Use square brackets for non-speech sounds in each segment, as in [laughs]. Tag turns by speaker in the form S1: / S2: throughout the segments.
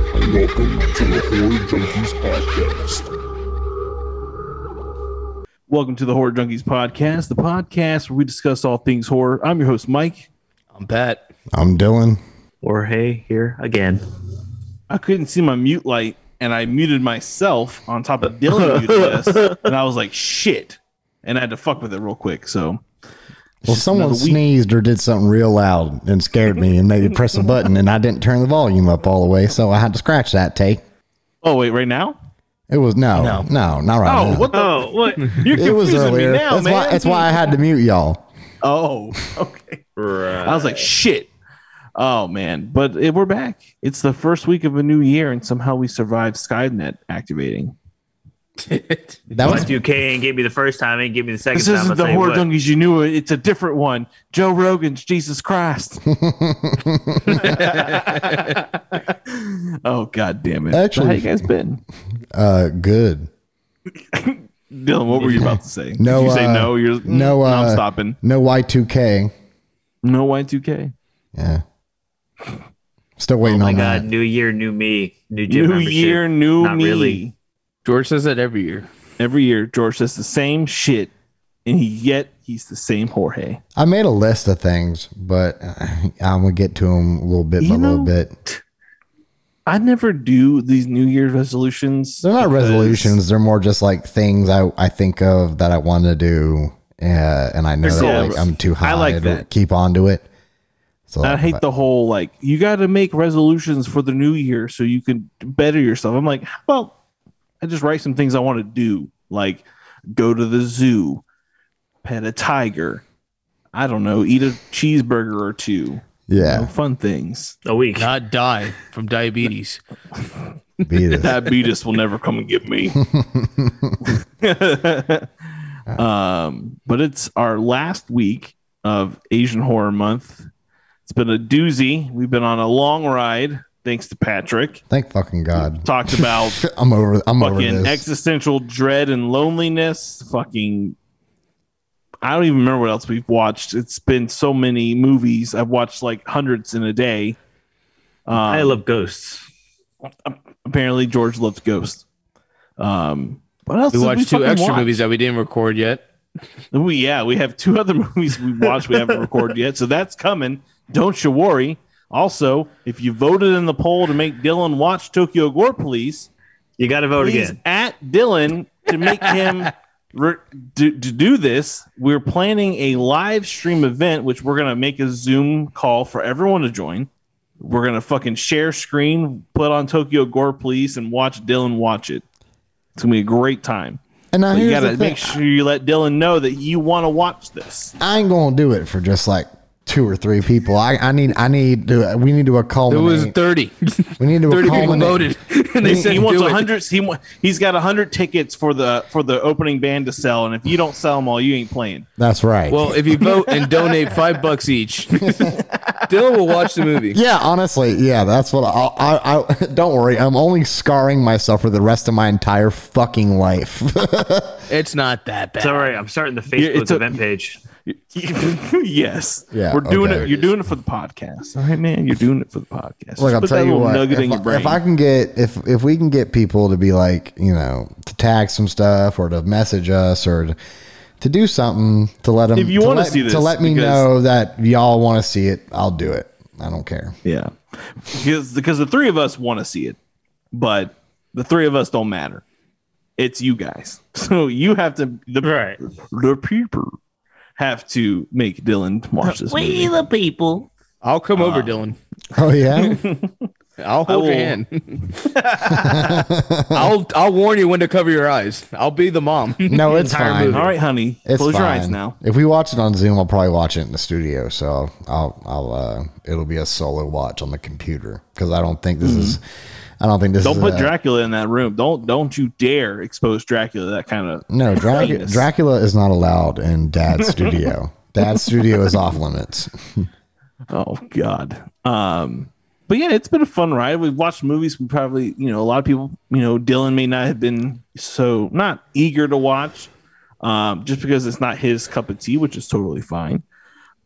S1: Welcome to the Horror Junkies Podcast.
S2: Welcome to the Horror Junkies Podcast, the podcast where we discuss all things horror. I'm your host, Mike.
S3: I'm Pat.
S4: I'm Dylan.
S5: Or hey, here again.
S2: I couldn't see my mute light, and I muted myself on top of
S4: [laughs]
S2: Dylan muted us, and I was like, shit. And I had to fuck with it real quick. So
S4: Well, someone
S2: another week.
S4: sneezed or did something real loud and scared me and made me press a button, and I didn't turn the volume up all the way, so I had to scratch that take.
S2: Oh wait, right now?
S4: It was no,
S3: No.
S4: no, not right.
S2: Oh,
S4: now.
S2: what the
S5: Oh,
S2: [laughs]
S5: what?
S2: You're
S4: It was
S2: confusing
S4: earlier.
S2: me now,
S4: that's,
S2: man.
S4: why, that's why I had to mute y'all.
S2: Oh, okay. I was like, shit. Oh man. But it, we're back. It's the first week of a new year, and somehow we survived Skynet activating.
S4: That was
S5: You can't give me the first time, ain't give me the second
S2: This
S5: time.
S2: isn't
S5: I'll
S2: the
S5: tell you
S2: horror
S5: what.
S2: junkies you knew. It's a different one. Joe Rogan's Jesus
S4: [laughs]
S2: Christ. [laughs] oh god damn it!
S4: Actually-
S2: how you guys been,
S4: uh, good.
S2: Dylan? What were you about to say?
S4: [laughs] No,
S2: Did you say
S4: uh,
S2: no. You're
S4: no,
S2: I'm
S4: uh,
S2: stopping.
S4: No Y2K.
S2: No Y2K.
S4: Yeah. Still waiting
S5: Oh my
S4: on
S5: god,
S4: that.
S5: new year, new me, new gym
S2: New
S5: membership.
S2: year, new
S5: Not
S2: me.
S5: really.
S3: George says that every year.
S2: Every year, George says the same shit, and he, yet he's the same Jorge.
S4: I made a list of things, but uh, I'm gonna get to them a little bit
S2: You
S4: by a little
S2: know,
S4: bit.
S2: I never do these New Year's resolutions.
S4: They're not
S2: because-
S4: resolutions. They're more just like things I, I think of that I want to do, uh, and I know
S2: They're
S4: that
S2: goals.
S4: like, I'm too high.
S2: I like
S4: to
S2: that.
S4: Keep on to it. So
S2: I hate the whole like you got to make resolutions for the new year so you can better yourself. I'm like, how about I just write some things I want to do, like go to the zoo, pet a tiger, I don't know, eat a cheeseburger or two, you know, [laughs]
S4: yeah.
S2: fun things.
S5: A week.
S3: Not die
S2: [laughs]
S3: from diabetes.
S4: Beat it.
S2: Diabetes will never come and get [laughs] me. um, but it's our last week of Asian Horror Month. It's been a doozy. We've been on a long ride, thanks to Patrick.
S4: [laughs] Thank fucking god.
S2: Talked about
S4: I'm over. I'm over
S2: fucking
S4: this.
S2: existential dread and loneliness. Fucking, I don't even remember what else we've watched. It's been so many movies. I've watched like hundreds in a day. Um,
S5: I love ghosts.
S2: apparently George loves Ghost. Um, what else?
S3: We
S2: did
S3: watched two
S2: fucking
S3: extra
S2: watch?
S3: movies that we didn't record yet.
S2: We yeah, we have two [laughs] other movies we watched we haven't recorded yet, so that's coming. Don't you worry. Also, if you voted in the poll to make Dylan watch Tokyo Gore Police,
S5: You got to vote
S2: please
S5: again.
S2: at Dylan to make him re- do, to do this. We're planning a live stream event, which we're gonna make a Zoom call for everyone to join. We're gonna fucking share screen, put on Tokyo Gore Police, and watch Dylan watch it. It's gonna be a great time.
S4: and now
S2: But you
S4: here's
S2: gotta
S4: the thing.
S2: make sure you let Dylan know that you want to watch this.
S4: I ain't gonna do it for just like two or three people. I, I need. I need to. We need to
S3: There was
S4: culminate.
S3: 30. 30
S2: [laughs]
S4: we need to
S3: people
S4: culminate. [laughs]
S3: voted. And they said
S2: He wants
S3: do
S2: a
S3: it.
S2: hundred. He wa- he's got a hundred tickets for the for the opening band to sell, and if you don't sell them all, you ain't playing.
S4: That's right.
S3: Well, if you vote
S2: [laughs]
S3: and donate five bucks each, Dylan will watch the movie.
S4: Yeah, honestly, yeah, that's what I, I, I. [laughs] Don't worry, I'm only scarring myself for the rest of my entire fucking life. [laughs]
S3: It's not that bad.
S5: It's all right. I'm starting the Facebook
S2: Yeah, it's a-
S5: event page.
S2: [laughs] yes,
S4: Yeah,
S2: we're doing
S4: okay.
S2: it. You're doing it for the podcast, all right, man. You're doing it for the podcast.
S4: Look,
S2: Just
S4: I'll
S2: put
S4: tell
S2: that
S4: you
S2: little
S4: what.
S2: nugget
S4: if,
S2: in your
S4: I-
S2: brain.
S4: if I can get if if we can get people to be like, you know, to tag some stuff or to message us or to, to do something to let them
S2: If you
S4: to
S2: wanna
S4: let-
S2: see this,
S4: to let me
S2: because-
S4: know that y'all want to see it, I'll do it. I don't care. [laughs]
S2: yeah, because because the three of us want to see it, but the three of us don't matter. It's you guys, [laughs] so you have to the
S5: Right.
S2: the people have to make Dylan watch this. movie.
S5: the people.
S3: I'll come over, Dylan.
S2: [laughs]
S4: Oh yeah,
S3: I'll hold
S2: Uh,
S3: your
S2: will-
S3: hand.
S2: [laughs]
S3: I'll I'll warn you when to cover your eyes. I'll be
S2: [laughs]
S3: the mom.
S4: no, it's
S5: Entire
S4: fine.
S5: movie.
S2: All right, honey,
S4: It's
S2: close
S4: fine.
S2: your eyes now.
S4: If we watch it on Zoom, I'll probably watch it in the studio. So I'll, I'll, uh, it'll be a solo watch on the computer because I don't think this is, I don't think this
S2: Mm-hmm. Don't
S4: is.
S2: put
S4: a-
S2: Dracula in that room. Don't don't you dare expose Dracula to that kind of. [laughs]
S4: No, Dracu-
S2: Penis.
S4: Dracula is not allowed
S2: [laughs]
S4: in Dad's studio. Dad's studio is off limits.
S2: Oh God. Um. But yeah, it's been a fun ride. We've watched movies. We probably you know a lot of people. You know, Dylan may not have been so not eager to watch, um, just because it's not his cup of tea, which is totally fine.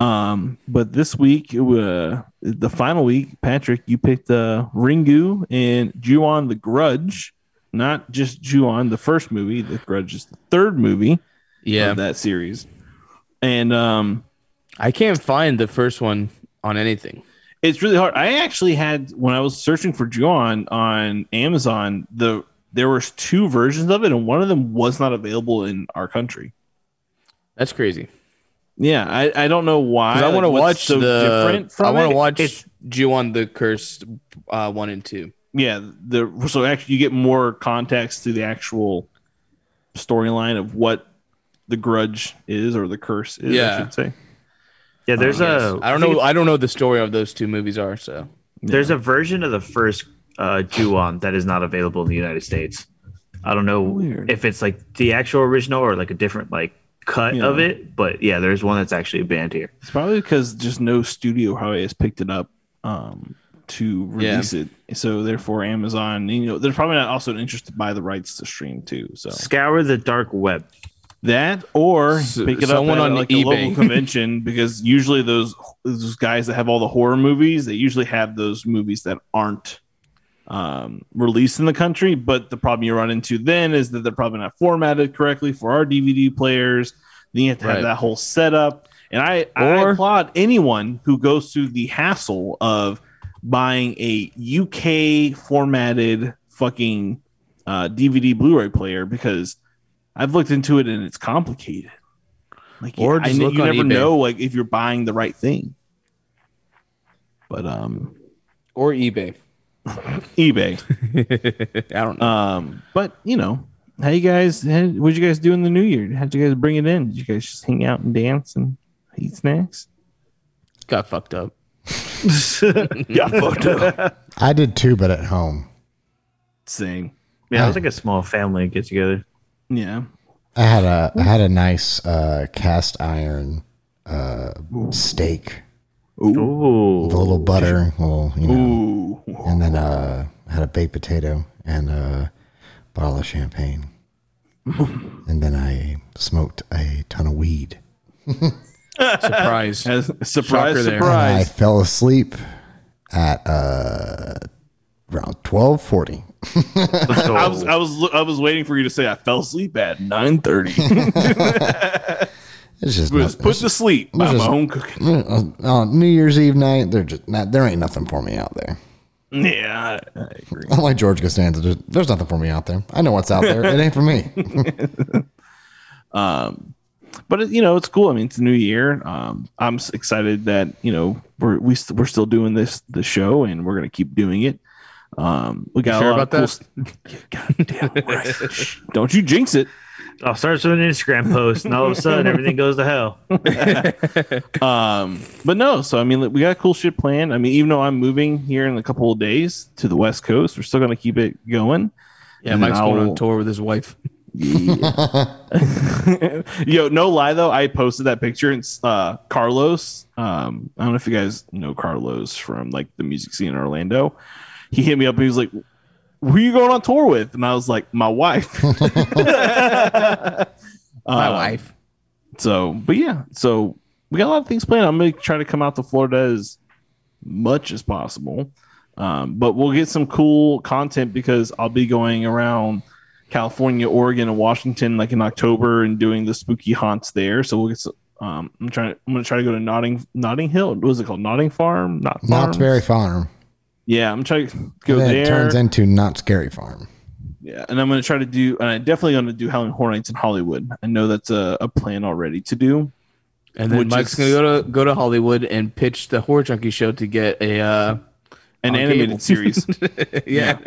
S2: Um, but this week, it wa- the final week, Patrick, you picked uh, Ringu and Ju-on the Grudge, not just Ju-on the first movie. The Grudge is the third movie
S3: Yeah,
S2: of that series, and um,
S3: I can't find the first one on anything.
S2: it's really hard. I actually had when I was searching for Ju-on on Amazon, the there was two versions of it, and one of them was not available in our country.
S3: That's crazy.
S2: Yeah, I, I don't know why.
S3: 'Cause I
S2: like,
S3: want to
S2: what's
S3: watch the.
S2: different from
S3: I want
S2: it.
S3: to watch
S5: It's-
S3: Jew on the Curse uh, one and two.
S2: yeah the so actually you get more context to the actual storyline of what the grudge is or the curse is
S3: Yeah.
S2: i should say Oh,
S5: Yeah, there's a.
S3: I don't
S5: think
S3: know. I don't know what the story of those two movies are. So
S5: There's a version of the first uh, Ju-on that is not available in the United States. I don't know
S2: Weird.
S5: if it's like the actual original or like a different like cut
S2: Yeah.
S5: of it, but yeah, there's one that's actually banned here.
S2: it's probably because just no studio probably has picked it up um to
S3: Yeah.
S2: release it so therefore amazon you know they're probably not also interested by the rights to stream too so
S5: Scour the dark web.
S2: that or
S3: S-
S2: pick it
S3: someone
S2: up at, uh,
S3: on
S2: like a
S3: eBay.
S2: local
S3: [laughs]
S2: convention because usually those those guys that have all the horror movies they usually have those movies that aren't um, released in the country but the problem you run into then is that they're probably not formatted correctly for our dvd players then you have to
S3: Right.
S2: have that whole setup and I, I
S3: Or-
S2: applaud anyone who goes through the hassle of buying a uk formatted fucking uh, dvd blu-ray player because I've looked into it and it's complicated. Like,
S3: Or
S2: I
S3: just
S2: kn-
S3: look
S2: you
S3: on
S2: never
S3: eBay.
S2: know, like if you're buying the right thing. But um,
S3: or eBay.
S2: eBay.
S3: [laughs] I don't know.
S2: Um, but you know, how you guys? How, what you guys do in the new year? How'd you guys bring it in? Did you guys just hang out and dance and eat snacks?
S3: Got fucked up.
S2: [laughs] yeah, photo.
S4: I did too, but at home.
S2: Same.
S5: Yeah, it was like a small family get together.
S2: Yeah.
S4: I had a I had a nice uh, cast iron uh, steak with a
S5: Ooh,
S4: little butter, a little you know,
S2: Ooh.
S4: and then uh, had a baked potato and a bottle of champagne,
S2: [laughs]
S4: and then I smoked a ton of weed.
S3: Surprise.
S2: As, surprise!
S3: Shocker there.
S4: And I
S3: [laughs]
S2: Surprise!
S4: fell asleep at uh, around twelve forty.
S5: So-
S2: I was I was lo- I was waiting for you to say I fell asleep at nine thirty.
S4: It's just
S2: was
S4: nothing.
S2: put to sleep by my own cooking. [laughs]
S4: on New Year's Eve night. There just not, there ain't nothing for me out there.
S2: Yeah, I, I agree.
S4: I'm like George Costanza. There's, there's nothing for me out there. I know what's out there. It ain't
S2: [laughs]
S4: for me.
S2: But it, you know, it's cool. I mean, it's a new year. Um, I'm s- excited that you know we're we st- we're still doing this the show, and we're gonna keep doing it. Um, we got
S3: sure
S2: a lot
S3: about
S2: of cool st- Goddamn
S3: [laughs]
S2: right. Shh, Don't you jinx it.
S5: I'll start with an Instagram post, and all of a sudden everything goes to hell.
S2: Um, but no, so I mean, like, we got cool shit planned. I mean, even though I'm moving here in a couple of days to the West Coast, we're still gonna keep it going.
S3: Yeah,
S2: And
S3: Mike's
S2: then
S3: going
S2: I'll-
S3: on tour with his wife.
S2: [laughs] Yo, no lie though, I posted that picture and uh, Carlos. Um, I don't know if you guys know Carlos from like the music scene in Orlando. He hit me up and he was like, "Who you going on tour with?" And I was like, "My wife." [laughs]
S3: My
S2: Uh,
S3: wife.
S2: So, but yeah, so we got a lot of things planned. I'm gonna try to come out to Florida as much as possible. Um, but we'll get some cool content because I'll be going around California, Oregon, and Washington like in October and doing the spooky haunts there. So we'll get. Some, um, I'm trying. I'm gonna try to go to Notting Notting Hill. What was it called? Notting Farm? Not
S4: Knott's
S2: Farm?
S4: Berry Farm.
S2: Yeah, I'm trying to go
S4: then
S2: there.
S4: it turns into not scary farm.
S2: Yeah, and I'm gonna try to do, and I'm definitely gonna do Halloween Horror Nights in Hollywood. I know that's a, a plan already to do.
S3: And then
S2: which
S3: Mike's
S2: is-
S3: gonna go to go to Hollywood and pitch the horror junkie show to get a uh,
S2: An
S3: On
S2: animated
S3: cable. [laughs]
S2: series.
S3: yeah.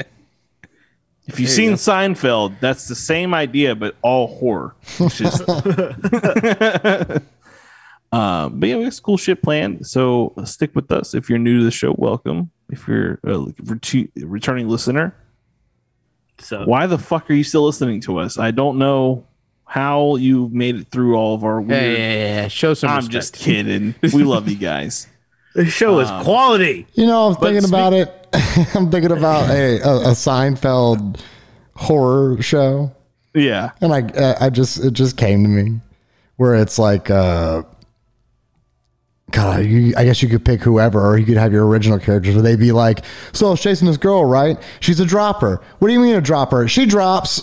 S2: If you've
S3: There
S2: seen
S3: you go.
S2: Seinfeld, that's the same idea, but all horror. It's [laughs]
S3: [laughs]
S2: just- um, but yeah, we got some cool shit planned. So uh, stick with us. If you're new to the show, welcome. If you're a ret- returning listener,
S5: So
S2: why the fuck are you still listening to us? I don't know how you made it through all of our weird.
S3: Hey, yeah, yeah, yeah. Show some.
S2: I'm
S3: respect.
S2: just kidding. [laughs] We love you guys.
S5: the show is quality.
S4: You know, I'm thinking
S2: speak-
S4: about it. [laughs] I'm thinking about a, a, a Seinfeld horror show,
S2: Yeah.
S4: and I uh, I just it just came to me where it's like uh, God, you, I guess you could pick whoever, or you could have your original characters, where they'd be like, "So I was chasing this girl, right? She's a dropper. What do you mean a dropper? She drops,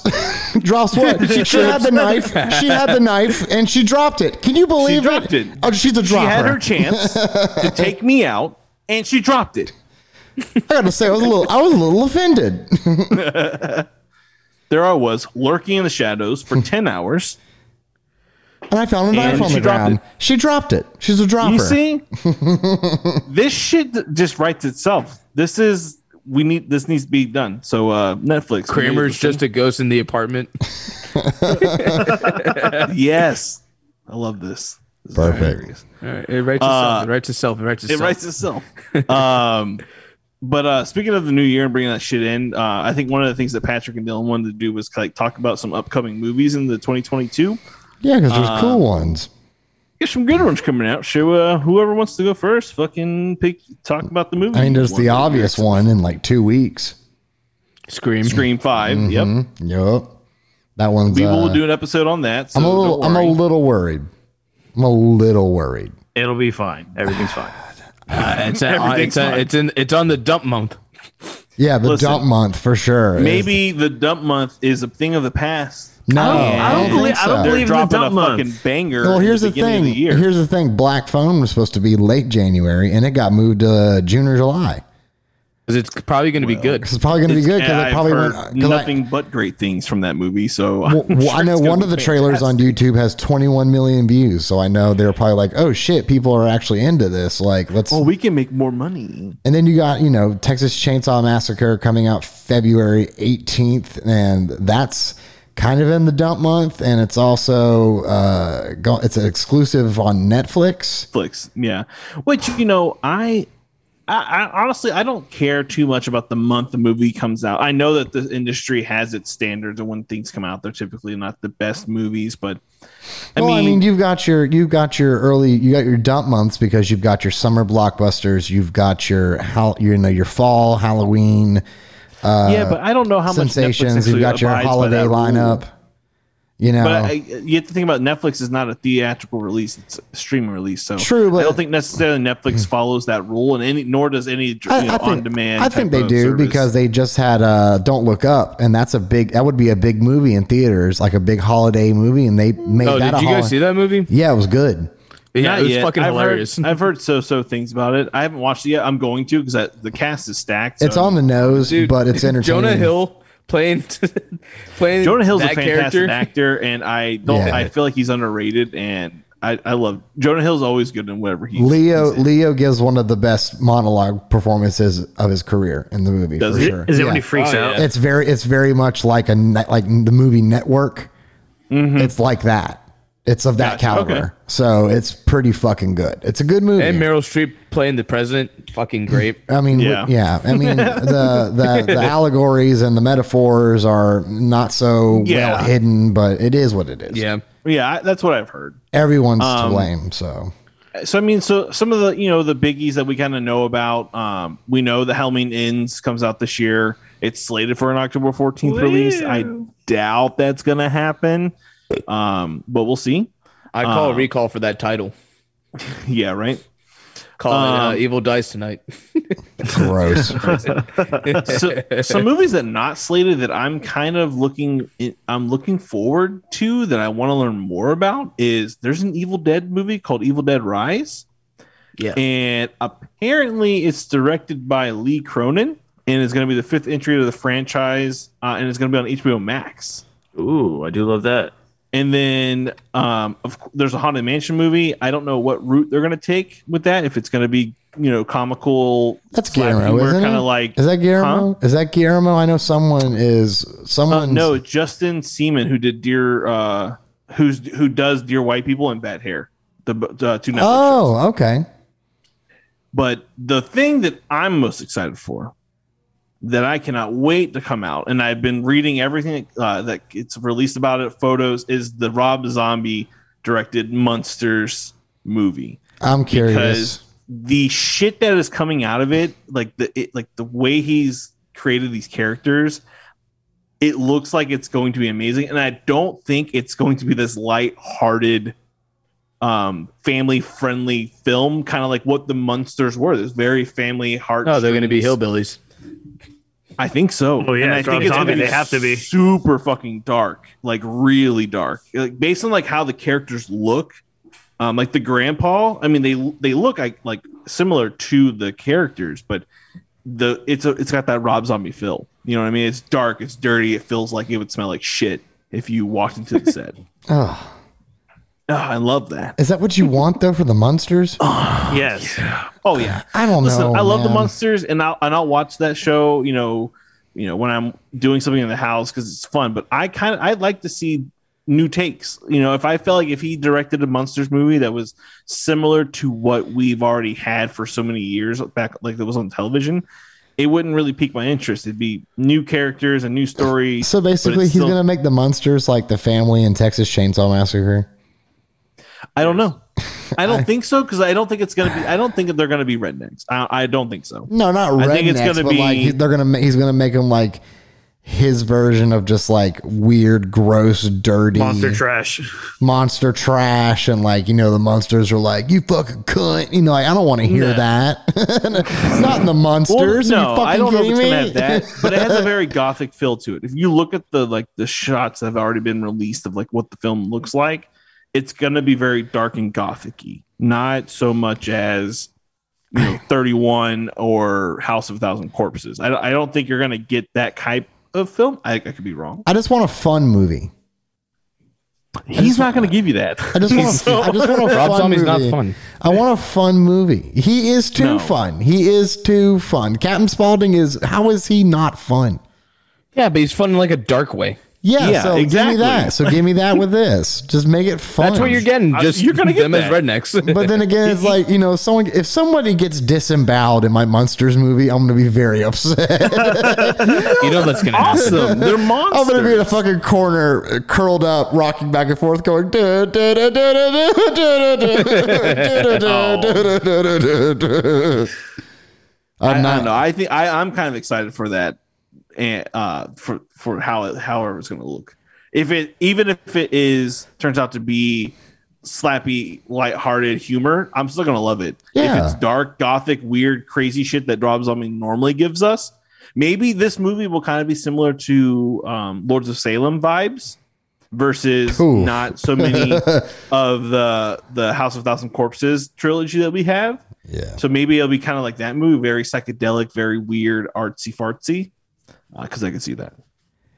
S4: [laughs]
S2: [laughs]
S4: drops what? she, had the knife. She had the knife, and she dropped it. Can you believe it?
S2: dropped it.
S4: Oh, she's a
S2: She
S4: dropper.
S2: had her [laughs] chance [laughs] to take me out, and she dropped it.
S4: I gotta say, I was a little, I was a little offended.
S2: There I was, lurking in the shadows
S4: [laughs]
S2: for ten hours.
S4: And I found a knife
S2: And
S4: on
S2: she
S4: the
S2: dropped
S4: ground.
S2: it.
S4: She dropped it. She's a dropper.
S2: You
S4: [laughs]
S2: see, this shit just writes itself. This is we need. This needs to be done. So uh Netflix.
S3: Kramer's just a ghost in the apartment.
S2: [laughs] yes. I love this. This is
S4: Perfect.
S2: hilarious.
S3: All right, it writes itself. it writes itself. It writes
S2: Uh, It
S3: itself.
S2: writes itself. um, but uh, speaking of the new year and bringing that shit in, uh, I think one of the things that Patrick and Dylan wanted to do was like talk about some upcoming movies in the 2022.
S4: Yeah, because there's
S2: Uh,
S4: cool ones.
S2: Get some good ones coming out. So uh, whoever wants to go first, fucking pick, talk about the movie.
S4: I mean, there's the
S2: One.
S4: obvious one in like two weeks.
S3: Scream.
S2: Scream 5 Yep,
S4: Yep, that one's.
S2: we will
S4: Mm-hmm. uh,
S2: do an episode on that. So
S4: I'm a little.
S2: don't
S4: I'm a
S2: worry.
S4: little worried. I'm a little worried.
S5: It'll be fine. Everything's fine.
S3: Uh, it's, a, uh, it's, a, it's in. It's on the dump month.
S4: Yeah, the
S2: Listen,
S4: dump month for sure. is-
S2: Maybe the dump month is a thing of the past.
S4: No,
S5: I don't believe- I don't
S4: so.
S5: believe- in the
S2: Dropping
S5: dump
S2: a
S5: month.
S2: fucking banger.
S4: Well,
S2: at
S4: here's
S2: the,
S4: the
S2: beginning
S4: thing.
S2: Of the year.
S4: Here's the thing. Black Phone was supposed to be late January, and it got moved to June or July.
S3: 'Cause it's probably going to be good.
S4: It's probably going to be good
S2: And
S4: because it
S2: I've
S4: probably
S2: heard
S4: went. 'cause I-
S2: nothing but great things from that movie. So
S4: Well,
S2: I'm
S4: well, I
S2: sure
S4: know
S2: it's gonna
S4: one
S2: be
S4: of the trailers on YouTube has 21 million views, so I know they're probably like, "Oh shit, people are actually into this." Like, let's.
S2: Oh, we can make more money.
S4: And then you got you know Texas Chainsaw Massacre coming out February 18th, and that's kind of in the dump month, and it's also uh, go, it's an exclusive on Netflix.
S2: Netflix, yeah. Which you know, I, I, I honestly I don't care too much about the month the movie comes out. I know that the industry has its standards, and when things come out, they're typically not the best movies. But I
S4: well,
S2: mean,
S4: I mean, you've got your you've got your early you got your dump months because you've got your summer blockbusters, you've got your how you know your fall Halloween.
S2: yeah, but I don't know how much Netflix
S4: uh, sensations.
S2: actually
S4: You've got your
S2: abides by
S4: holiday
S2: that rule.
S4: lineup. You know,
S2: But I, I- you have to think about Netflix is not a theatrical release; it's a streaming release. So
S4: True, but- Hmm.
S2: I don't think necessarily Netflix follows that rule, and any nor does any you know,
S4: I, I think,
S2: on-demand.
S4: I think
S2: type
S4: they
S2: of
S4: do
S2: service.
S4: because they just had uh, "Don't Look Up," and that's a big. That would be a big movie in theaters, like a big holiday movie, and they made
S3: Oh,
S4: that. a
S3: did you
S4: holiday.
S3: guys see that movie?
S4: Yeah, it was good.
S3: Yeah,
S2: Not
S3: it was
S2: yet.
S3: fucking
S2: I've heard-
S3: hilarious. [laughs]
S2: I've heard so so things about it. I haven't watched it yet. I'm going to because the cast is stacked. so-
S4: It's on the nose, but it's entertaining.
S3: Jonah Hill playing [laughs] playing
S2: [laughs] Jonah Hill's a
S3: that
S2: fantastic
S3: character.
S2: actor, and I don't.
S4: Yeah.
S2: I feel like he's underrated, and I, I love Jonah Hill's always good in whatever he
S4: Leo
S2: he's in.
S4: Leo gives one of the best monologue performances of his career in the movie.
S2: Does
S4: for
S2: he?
S4: sure.
S5: Is it
S4: Yeah.
S5: when he freaks
S3: Oh,
S5: out?
S3: yeah.
S4: It's very it's very much like a net, like the movie Network. It's like that. It's of that
S2: Mm-hmm. Gotcha.
S4: caliber.
S2: Okay.
S4: So it's pretty fucking good. It's a good movie.
S3: And Meryl Streep playing the president.
S4: [laughs]
S3: Fucking great.
S4: I mean, yeah.
S2: Yeah.
S4: yeah. I
S2: [laughs]
S4: mean, the, the the allegories and the metaphors are not so well
S2: Yeah.
S4: hidden, but it is what it is.
S3: Yeah.
S2: Yeah, Um, I, that's what I've heard.
S4: everyone's to blame. So
S2: So I mean, so some of the you know the biggies that we kind of know about. Um, we know the Hellmeen Ends comes out this year. It's slated for an October 14th release. I doubt that's gonna happen, um, but we'll see. [laughs]
S3: I call
S2: Uh,
S3: a recall for that title.
S2: Yeah, right.
S3: Call
S2: um,
S3: it uh, Evil Dies Tonight.
S4: gross.
S2: [laughs] so, some movies that not slated that I'm kind of looking I'm looking forward to that I want to learn more about is there's an Evil Dead movie called Evil Dead Rise.
S3: Yeah.
S2: And apparently it's directed by Lee Cronin and it's going to be the fifth entry of the franchise uh, and it's going to be on HBO Max.
S5: Ooh, I do love that.
S2: And then um, of, cou- there's a Haunted Mansion movie. I don't know what route they're going to take with that. If it's going to be, you know, comical.
S4: That's
S2: slap
S4: Guillermo,
S2: humor,
S4: isn't it?
S2: kinda like
S4: Is that Guillermo? Is that Guillermo? I know someone is
S2: Uh,
S4: someone.
S2: no, Justin Seaman, who did Dear, uh, who's who does Dear White People and Bad Hair, the uh, two Netflix shows.
S4: Oh, okay.
S2: But the thing that I'm most excited for, that I cannot wait to come out, and I've been reading everything uh, that it's released about it, photos, is the Rob Zombie directed Monsters movie
S4: I'm curious.
S2: because the shit that is coming out of it, like the it, like the way he's created these characters, it looks like it's going to be amazing. And I don't think it's going to be this light-hearted um, family friendly film, kind of like what the Munsters were. This very family heart.
S3: [laughs] Oh, they're going to be hillbillies.
S2: I think so.
S5: Oh, yeah,
S2: and I
S5: that's what
S2: think
S5: I'm
S2: it's gonna
S5: talking-
S2: be
S5: they have to be.
S2: super fucking dark, like really dark. Like based on like how the characters look, um, like the grandpa. I mean, they they look like like similar to the characters, but the it's a, it's got that Rob Zombie feel. You know what I mean? It's dark, it's dirty. It feels like it would smell like shit if you walked into the [laughs] set.
S4: Oh,
S2: Oh, I love that.
S4: is that what you want though for the monsters?
S5: Yes.
S2: Oh yeah.
S4: I don't
S2: Listen,
S4: know.
S2: I love the
S4: man.
S2: monsters, and I'll and I'll watch that show. You know, you know when I'm doing something in the house because it's fun. But I kind of I like to see new takes. You know, if I felt like if he directed a monsters movie that was similar to what we've already had for so many years back, like that was on television, it wouldn't really pique my interest. It'd be new characters, a new story.
S4: So
S2: but it's
S4: basically, he's
S2: still-
S4: gonna make the monsters like the family in Texas Chainsaw Massacre.
S2: I don't
S4: [laughs]
S2: know. I don't think so because I don't think it's gonna be. I don't think that they're gonna be rednecks. I, I don't think so.
S4: No, not rednecks,
S2: I think it's gonna
S4: but like
S2: be-
S4: he- they're gonna ma- he's gonna make them like his version of just like weird, gross, dirty
S5: Monster trash.
S4: monster trash, and like you know the monsters are like you fucking cunt. You know, like, I don't want to hear
S2: No.
S4: that. [laughs] not in the
S2: Well,
S4: monsters. Are you
S2: no,
S4: fucking
S2: I don't know if
S4: kidding
S2: it's
S4: me?
S2: gonna have that, but it has a very gothic feel to it. If you look at the like the shots that have already been released of like what the film looks like, it's gonna be very dark and gothicy, not so much as you
S4: [laughs]
S2: know 31 or House of a Thousand Corpses. I, don't- I don't think you're gonna get that type of film. I, I could be wrong.
S4: [laughs] I just want a fun movie.
S2: He's not gonna give you that. [laughs]
S4: I just want. A,
S2: So-
S4: I just
S2: [laughs]
S4: want a
S3: Rob
S4: fun
S3: Zombie's not
S4: movie.
S3: fun.
S4: I want a fun movie. He is too
S2: No.
S4: fun. He is too fun. Captain Spaulding is. How is he not fun?
S3: Yeah, but he's fun in like a dark way.
S4: Yeah,
S2: Yeah,
S4: so
S2: exactly.
S4: give me that. So give me that with this. Just make it fun.
S3: That's what you're getting.
S2: I-
S3: Just
S2: Uh, you're gonna get
S3: them as
S2: that.
S3: rednecks. [laughs]
S4: But then again, it's like you know, someone if somebody gets disemboweled in my monsters movie, I'm gonna be very upset.
S3: you know that's gonna happen.
S2: [laughs] Awesome,
S4: [laughs]
S2: they're monsters.
S4: I'm gonna Oh, be in a fucking corner, uh, curled up, rocking back and forth, going. "Da, da, da, da, da, da, da, da, da, da, da, da, da, da, da, da."
S2: I,
S4: I'm
S2: I don't
S4: not.
S2: know. I think I, I'm kind of excited for that, and uh, for for how it, however it's going to look. If it even if it is turns out to be slappy, lighthearted humor, I'm still going to love it.
S4: Yeah.
S2: If it's dark, gothic, weird, crazy shit that Rob Zombie normally gives us, maybe this movie will kind of be similar to um, Lords of Salem vibes. Versus
S4: Oof.
S2: not so
S4: [laughs]
S2: many of the the House of Thousand Corpses trilogy that we have.
S4: Yeah.
S2: So maybe it'll be kind of like that movie, very psychedelic, very weird, artsy fartsy, because I could see that.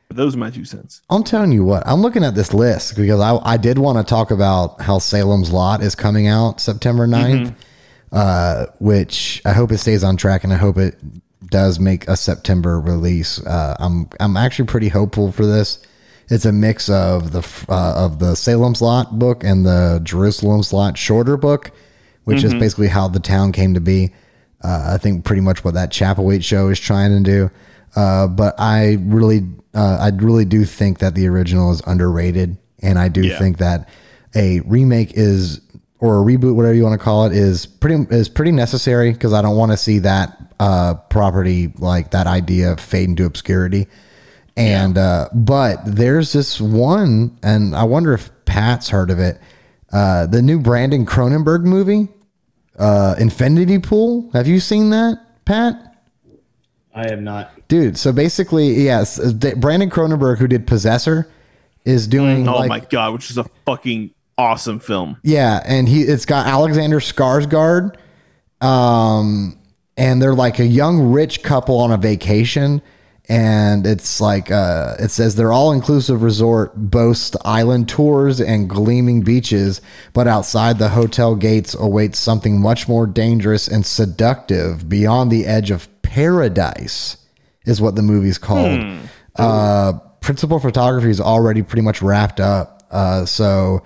S2: But those are my two cents.
S4: I'm telling you what, I'm looking at this list because I, I did want to talk about how Salem's Lot is coming out September 9th, uh, which I hope it stays on track and I hope it does make a September release. Uh, I'm I'm actually pretty hopeful for this. It's a mix of the f- uh, of the Salem's Lot book and the Jerusalem's Lot shorter book, which is basically how the town came to be. Uh, I think pretty much what that Chapelwaite show is trying to do. Uh, but I really, uh, I really do think that the original is underrated, and I do think that a remake is or a reboot, whatever you want to call it, is pretty is pretty necessary because I don't want to see that uh, property like that idea fade into obscurity. And uh, but there's this one, and I wonder if Pat's heard of it. Uh, the new Brandon Cronenberg movie, uh, Infinity Pool. Have you seen that, Pat?
S6: I am not.
S4: dude. So basically, yes, D- Brandon Cronenberg, who did Possessor, is doing
S2: Oh
S4: like E
S2: my god, which is a fucking awesome film.
S4: yeah, and he it's got Alexander Skarsgård, um, and they're like a young rich couple on a vacation, and it's like uh, it says their all inclusive resort boasts island tours and gleaming beaches, but outside the hotel gates awaits something much more dangerous and seductive beyond the edge of paradise, is what the movie's called. Uh, principal photography is already pretty much wrapped up, uh, so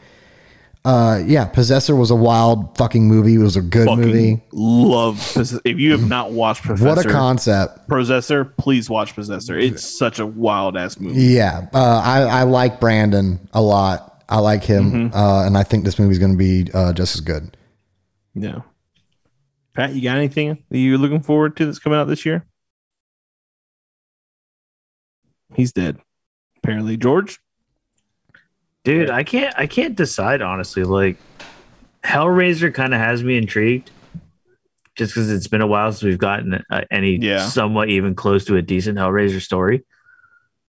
S4: uh, yeah, Possessor was a wild fucking movie. It was a good
S2: Fucking
S4: movie.
S2: love. Possess- If you have not watched Professor
S4: What a concept.
S2: Possessor, please watch Possessor. It's such a wild ass movie.
S4: Yeah, uh, I, I like Brandon a lot. I like him,
S2: Mm-hmm.
S4: uh, and I think this movie's going to be uh, just as good.
S2: Yeah. Pat, you got anything that you're looking forward to that's coming out this year? He's dead. Apparently, George.
S5: Dude, I can't I can't decide honestly. Like Hellraiser kind of has me intrigued, just because it's been a while since we've gotten uh, any
S2: Yeah.
S5: somewhat even close to a decent Hellraiser story.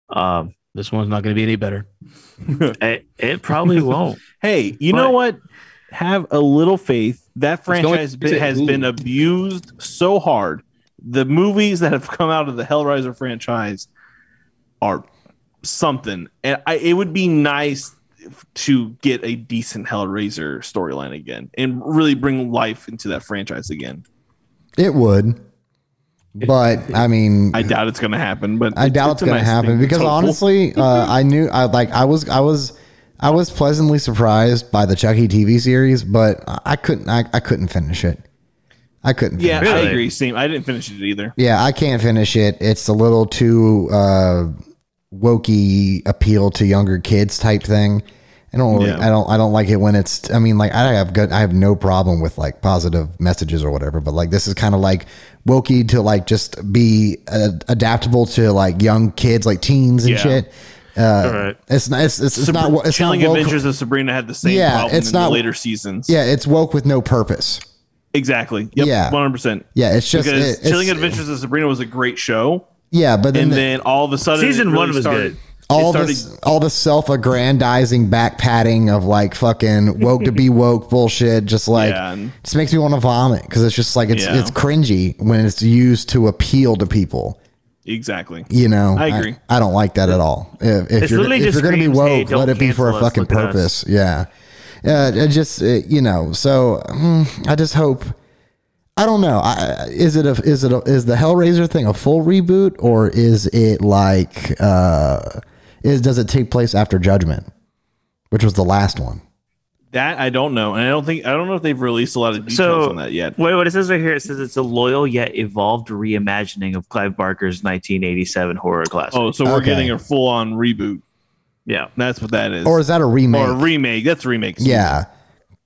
S5: Um,
S3: This one's not going to be any better.
S5: it, it probably won't.
S2: Hey, you
S5: But-
S2: know what? Have a little faith. That
S3: going-
S2: franchise been, has been abused so hard. The movies that have come out of the Hellraiser franchise are something, and I, it would be nice if- to get a decent Hellraiser storyline again and really bring life into that franchise again.
S4: It would. But I mean,
S2: I doubt it's going to happen, but
S4: I doubt it's
S2: a
S4: going to
S2: nice
S4: happen
S2: thing.
S4: because
S2: It's hopeful.
S4: honestly,
S2: [laughs]
S4: uh, I knew I like I was I was I was pleasantly surprised by the Chucky TV series, but I- I couldn't I, I couldn't finish it. I couldn't.
S2: yeah,
S4: finish it.
S2: I
S5: Really?
S2: agree. Same. I didn't finish it either.
S4: yeah, I can't finish it. It's a little too uh, wokey appeal to younger kids type thing. I don't really,
S2: Yeah.
S4: I don't I don't like it when it's I mean like I have good I have no problem with like positive messages or whatever but like this is kind of like wokey to like just be uh, adaptable to like young kids like teens and
S2: Yeah.
S4: shit. Uh,
S5: All right.
S4: It's not. It's, it's, it's
S2: Sabri-
S4: not. wo- It's not
S2: Chilling
S4: woke.
S2: Adventures of Sabrina had the same
S4: Yeah,
S2: problem
S4: it's
S2: in
S4: not-
S2: the later seasons.
S4: Yeah, it's woke with no purpose.
S2: Exactly. Yep.
S4: Yeah.
S2: One hundred percent.
S4: Yeah, it's just
S2: Because
S4: it, it's,
S2: Chilling Adventures of Sabrina was a great show,
S4: Yeah, but then,
S2: and
S4: the-
S2: then all of a sudden,
S5: Season
S2: it really
S5: one was
S2: started-
S5: good.
S4: all
S2: it started-
S4: this all the self-aggrandizing back patting of like fucking
S2: [laughs]
S4: woke to be woke bullshit. Just like
S2: Yeah, and-
S4: just makes me want to vomit because it's just like it's
S2: Yeah.
S4: it's cringy when it's used to appeal to people.
S2: exactly.
S4: You know,
S2: I agree.
S4: I, don't like that at all. If, if
S5: It's
S4: you're
S5: literally
S4: if
S5: just
S4: you're going to be
S5: screams, "Hey,
S4: woke,
S5: don't
S4: let it be for a
S5: cancel us,
S4: fucking
S5: look at us."
S4: purpose. Yeah, uh, it just it, you know. So mm, I just hope. I don't know. I, is it a is it a, is the Hellraiser thing a full reboot or is it like uh, is does it take place after Judgment, which was the last one?
S2: That I don't know, and I don't think I don't know if they've released a lot of details
S5: So
S2: on that yet.
S5: Wait, what it says right here? It says it's a loyal yet evolved reimagining of Clive Barker's 1987 horror classic.
S2: Oh, so we're
S4: Okay.
S2: getting a full-on reboot.
S5: yeah.
S2: That's what that is,
S4: Or is that a remake?
S2: Or a remake. That's a remake.
S4: yeah,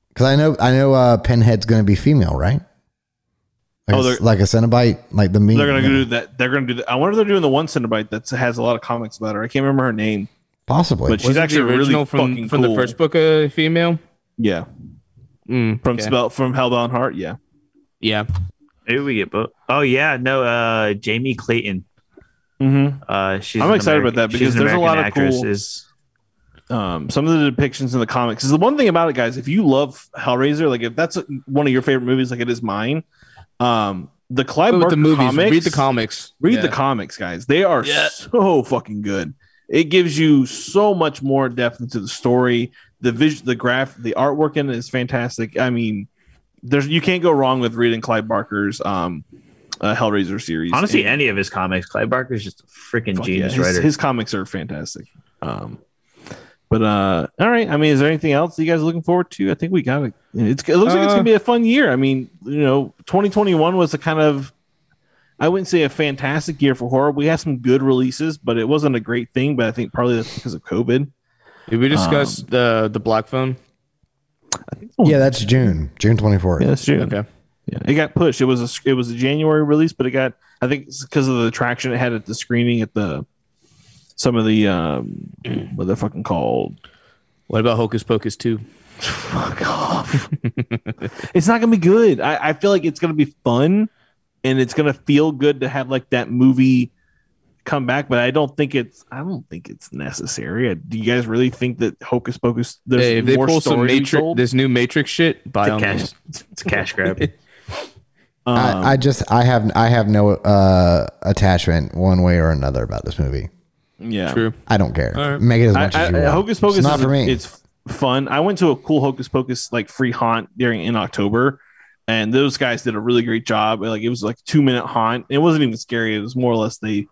S4: because I know I know uh, Pinhead's going to be female, right? Like,
S2: Oh,
S4: a,
S2: they're-
S4: like a Cenobite, like the meme.
S2: They're gonna do that. They're gonna do that. I wonder if they're doing the one Cinnabite that has a lot of comics about her. I can't remember her name,
S4: possibly.
S2: but she's
S3: Wasn't the
S2: actually really
S3: original from
S2: fucking
S3: from
S2: cool.
S3: the first book a female.
S2: Yeah,
S3: Mm,
S2: from
S3: okay.
S2: spell from Hellbound Heart. Yeah,
S3: Yeah,
S5: Maybe we get both. Oh yeah, no. Uh, Jamie Clayton.
S2: mm-hmm.
S5: Uh, she's.
S2: I'm
S5: an
S2: excited about that
S5: she's
S2: because
S5: an
S2: there's a lot
S5: American
S2: of
S5: actress,
S2: cool-
S5: Is,
S2: um, some of the depictions in the comics is the one thing about it, guys. If you love Hellraiser, like if that's one of your favorite movies, like it is mine, um, the Clive
S3: but with
S2: Barker
S3: the movies,
S2: comics,
S3: read the comics.
S2: read
S3: Yeah.
S2: the comics, guys. They are
S3: Yeah.
S2: so fucking good. It gives you so much more depth into the story. The vision, the graph, the artwork in it is fantastic. I mean, there's you can't go wrong with reading Clive Barker's um, uh, Hellraiser series.
S5: honestly,
S2: And-
S5: any of his comics, Clive Barker's just a freaking
S2: Fuck
S5: genius
S2: yeah. His-
S5: writer.
S2: His, comics are fantastic. Um, but uh, all right. I mean, is there anything else you guys are looking forward to? I think we got it. It's it looks like it's
S3: Uh,
S2: gonna be a fun year. I mean, you know, 2021 was a kind of I wouldn't say a fantastic year for horror. We had some good releases, but it wasn't a great thing. But I think probably that's because of COVID.
S3: Did we discuss
S2: Um,
S3: the the black phone?
S4: Yeah, that's June, June 24th.
S2: Yeah, that's true.
S3: Okay.
S2: Yeah, it got pushed. It was a it was a January release, but it got I think because of the traction it had at the screening at the some of the um, what they're fucking called
S3: What about Hocus Pocus two?
S2: fuck off. it's not gonna be good. I, I feel like it's gonna be fun and it's gonna feel good to have like that movie come back, but I don't think it's I don't think it's necessary. I, do you guys really think that Hocus Pocus there's
S3: Hey, if they
S2: more
S3: pull
S2: story
S3: some
S2: to be
S3: Matrix,
S2: told?
S3: this new Matrix shit, by all
S5: it's, a cash,
S3: means.
S5: it's a
S2: [laughs]
S5: cash grab.
S2: Um,
S4: I, I just I have I have no uh, attachment one way or another about this movie.
S2: Um, yeah.
S3: True.
S4: I don't care.
S3: All right.
S4: Make it as
S2: I,
S4: much as you
S2: I,
S4: want.
S2: Hocus Pocus
S4: It's not
S2: is-
S4: for me.
S2: It's fun. I went to a cool Hocus Pocus like free haunt during in October, and those guys did a really great job. Like it was like two minute haunt. It wasn't even scary. It was more or less they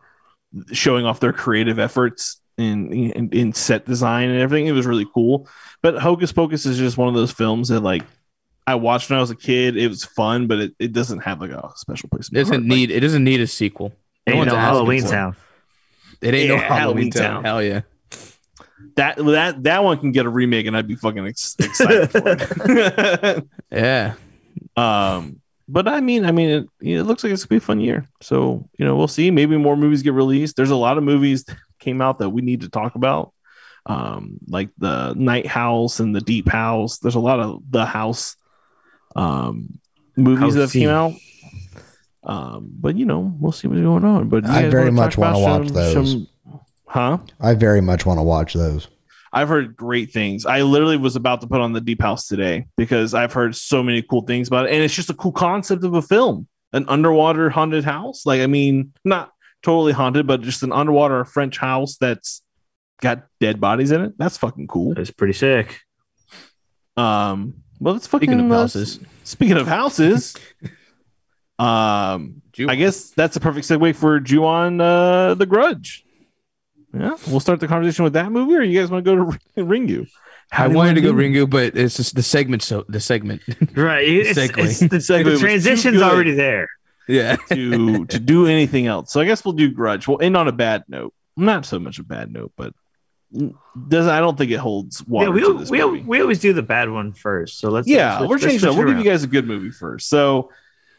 S2: showing off their creative efforts in in, in set design and everything. It was really cool. But Hocus Pocus is just one of those films that like. I watched when I was a kid. It was fun, but it, it doesn't have like a special place. in
S3: It
S2: my heart.
S3: doesn't need it doesn't need a sequel. No
S5: Ain't
S3: one's
S5: no
S3: asking
S5: Halloween
S3: for it.
S5: Town.
S3: It ain't no
S2: Yeah,
S3: Halloween,
S2: Halloween
S3: town.
S2: Town.
S3: Hell yeah.
S2: Like, that that that one can get a remake, and I'd be fucking ex- [laughs] excited for it.
S3: Yeah.
S2: Um, but I mean, I mean, it, you know, it looks like it's gonna be a fun year. So you know, we'll see. Maybe more movies get released. There's a lot of movies [laughs] that came out that we need to talk about, um, like the Night House and the Deep House. There's a lot of the House um, movies that have came out. Um, but you know, we'll see what's going on. But you
S4: I
S2: guys
S4: very
S2: wanna
S4: much
S2: talk about
S4: wanna watch
S2: some-
S4: those.
S2: some- huh?
S4: I very much want to watch those.
S2: I've heard great things. I literally was about to put on the Deep House today because I've heard so many cool things about it, and it's just a cool concept of a film, an underwater haunted house. Like, I mean, not totally haunted, but just an underwater French house that's got dead bodies in it. That's fucking cool.
S5: That's pretty sick.
S2: Um, well, it's fucking
S3: Speaking of
S2: uh,
S3: houses,
S2: Speaking of
S3: [laughs]
S2: houses, um,
S3: Ju-
S2: I guess that's a perfect segue for Ju on uh, the Grudge. Yeah, we'll start the conversation with that movie, or you guys want to go to [laughs] Ringu? How
S3: I
S2: do you
S3: wanted
S2: wanna
S3: to go
S2: do it?
S3: Ringu, but it's just the segment. So the segment, [laughs]
S5: Right. It's,
S3: Segue.
S5: it's- the,
S2: Segue
S5: the
S2: was too
S5: transition's
S2: good.
S5: already there.
S3: yeah.
S2: [laughs] to to do anything else. So I guess we'll do Grudge. We'll end on a bad note. Not so much a bad note, but does I don't think it holds water.
S5: Yeah, we,
S2: to this
S5: we,
S2: movie.
S5: we always do the bad one first. So let's
S2: yeah,
S5: let's-
S2: we're
S5: let's
S2: changing.
S5: switch
S2: Up. We'll
S5: it
S2: give you guys a good movie first. So,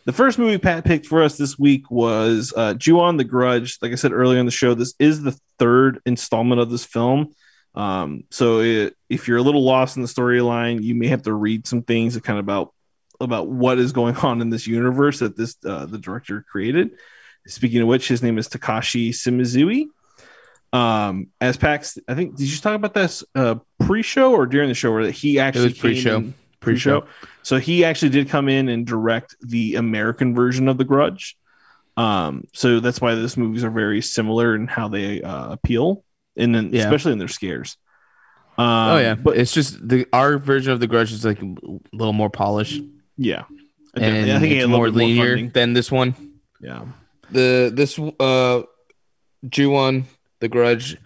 S2: the first movie Pat picked for us this week was uh, Ju-on the Grudge. Like I said earlier in the show, this is the third installment of this film. Um, so, it, if you're a little lost in the storyline, you may have to read some things that kind of about about what is going on in this universe that this uh, the director created. Speaking of which, his name is Takashi Shimizui. Um, as Pax, I think did you talk about this uh, pre-show or during the show where he actually came
S3: pre-show.
S2: and-
S3: Pretty sure.
S2: pre-show. So he actually did come in and direct the American version of The Grudge. Um, so that's why those movies are very similar in how they uh, appeal, and then
S3: Yeah.
S2: especially in their scares. Um,
S3: oh yeah,
S2: but
S3: but it's just the our version of the Grudge is like a little more polished
S2: yeah, I
S3: and
S2: definitely- I think it had
S3: it's
S2: a
S3: more
S2: little bit
S3: linear
S2: funding.
S3: than this one.
S2: yeah,
S3: the this uh Ju one the Grudge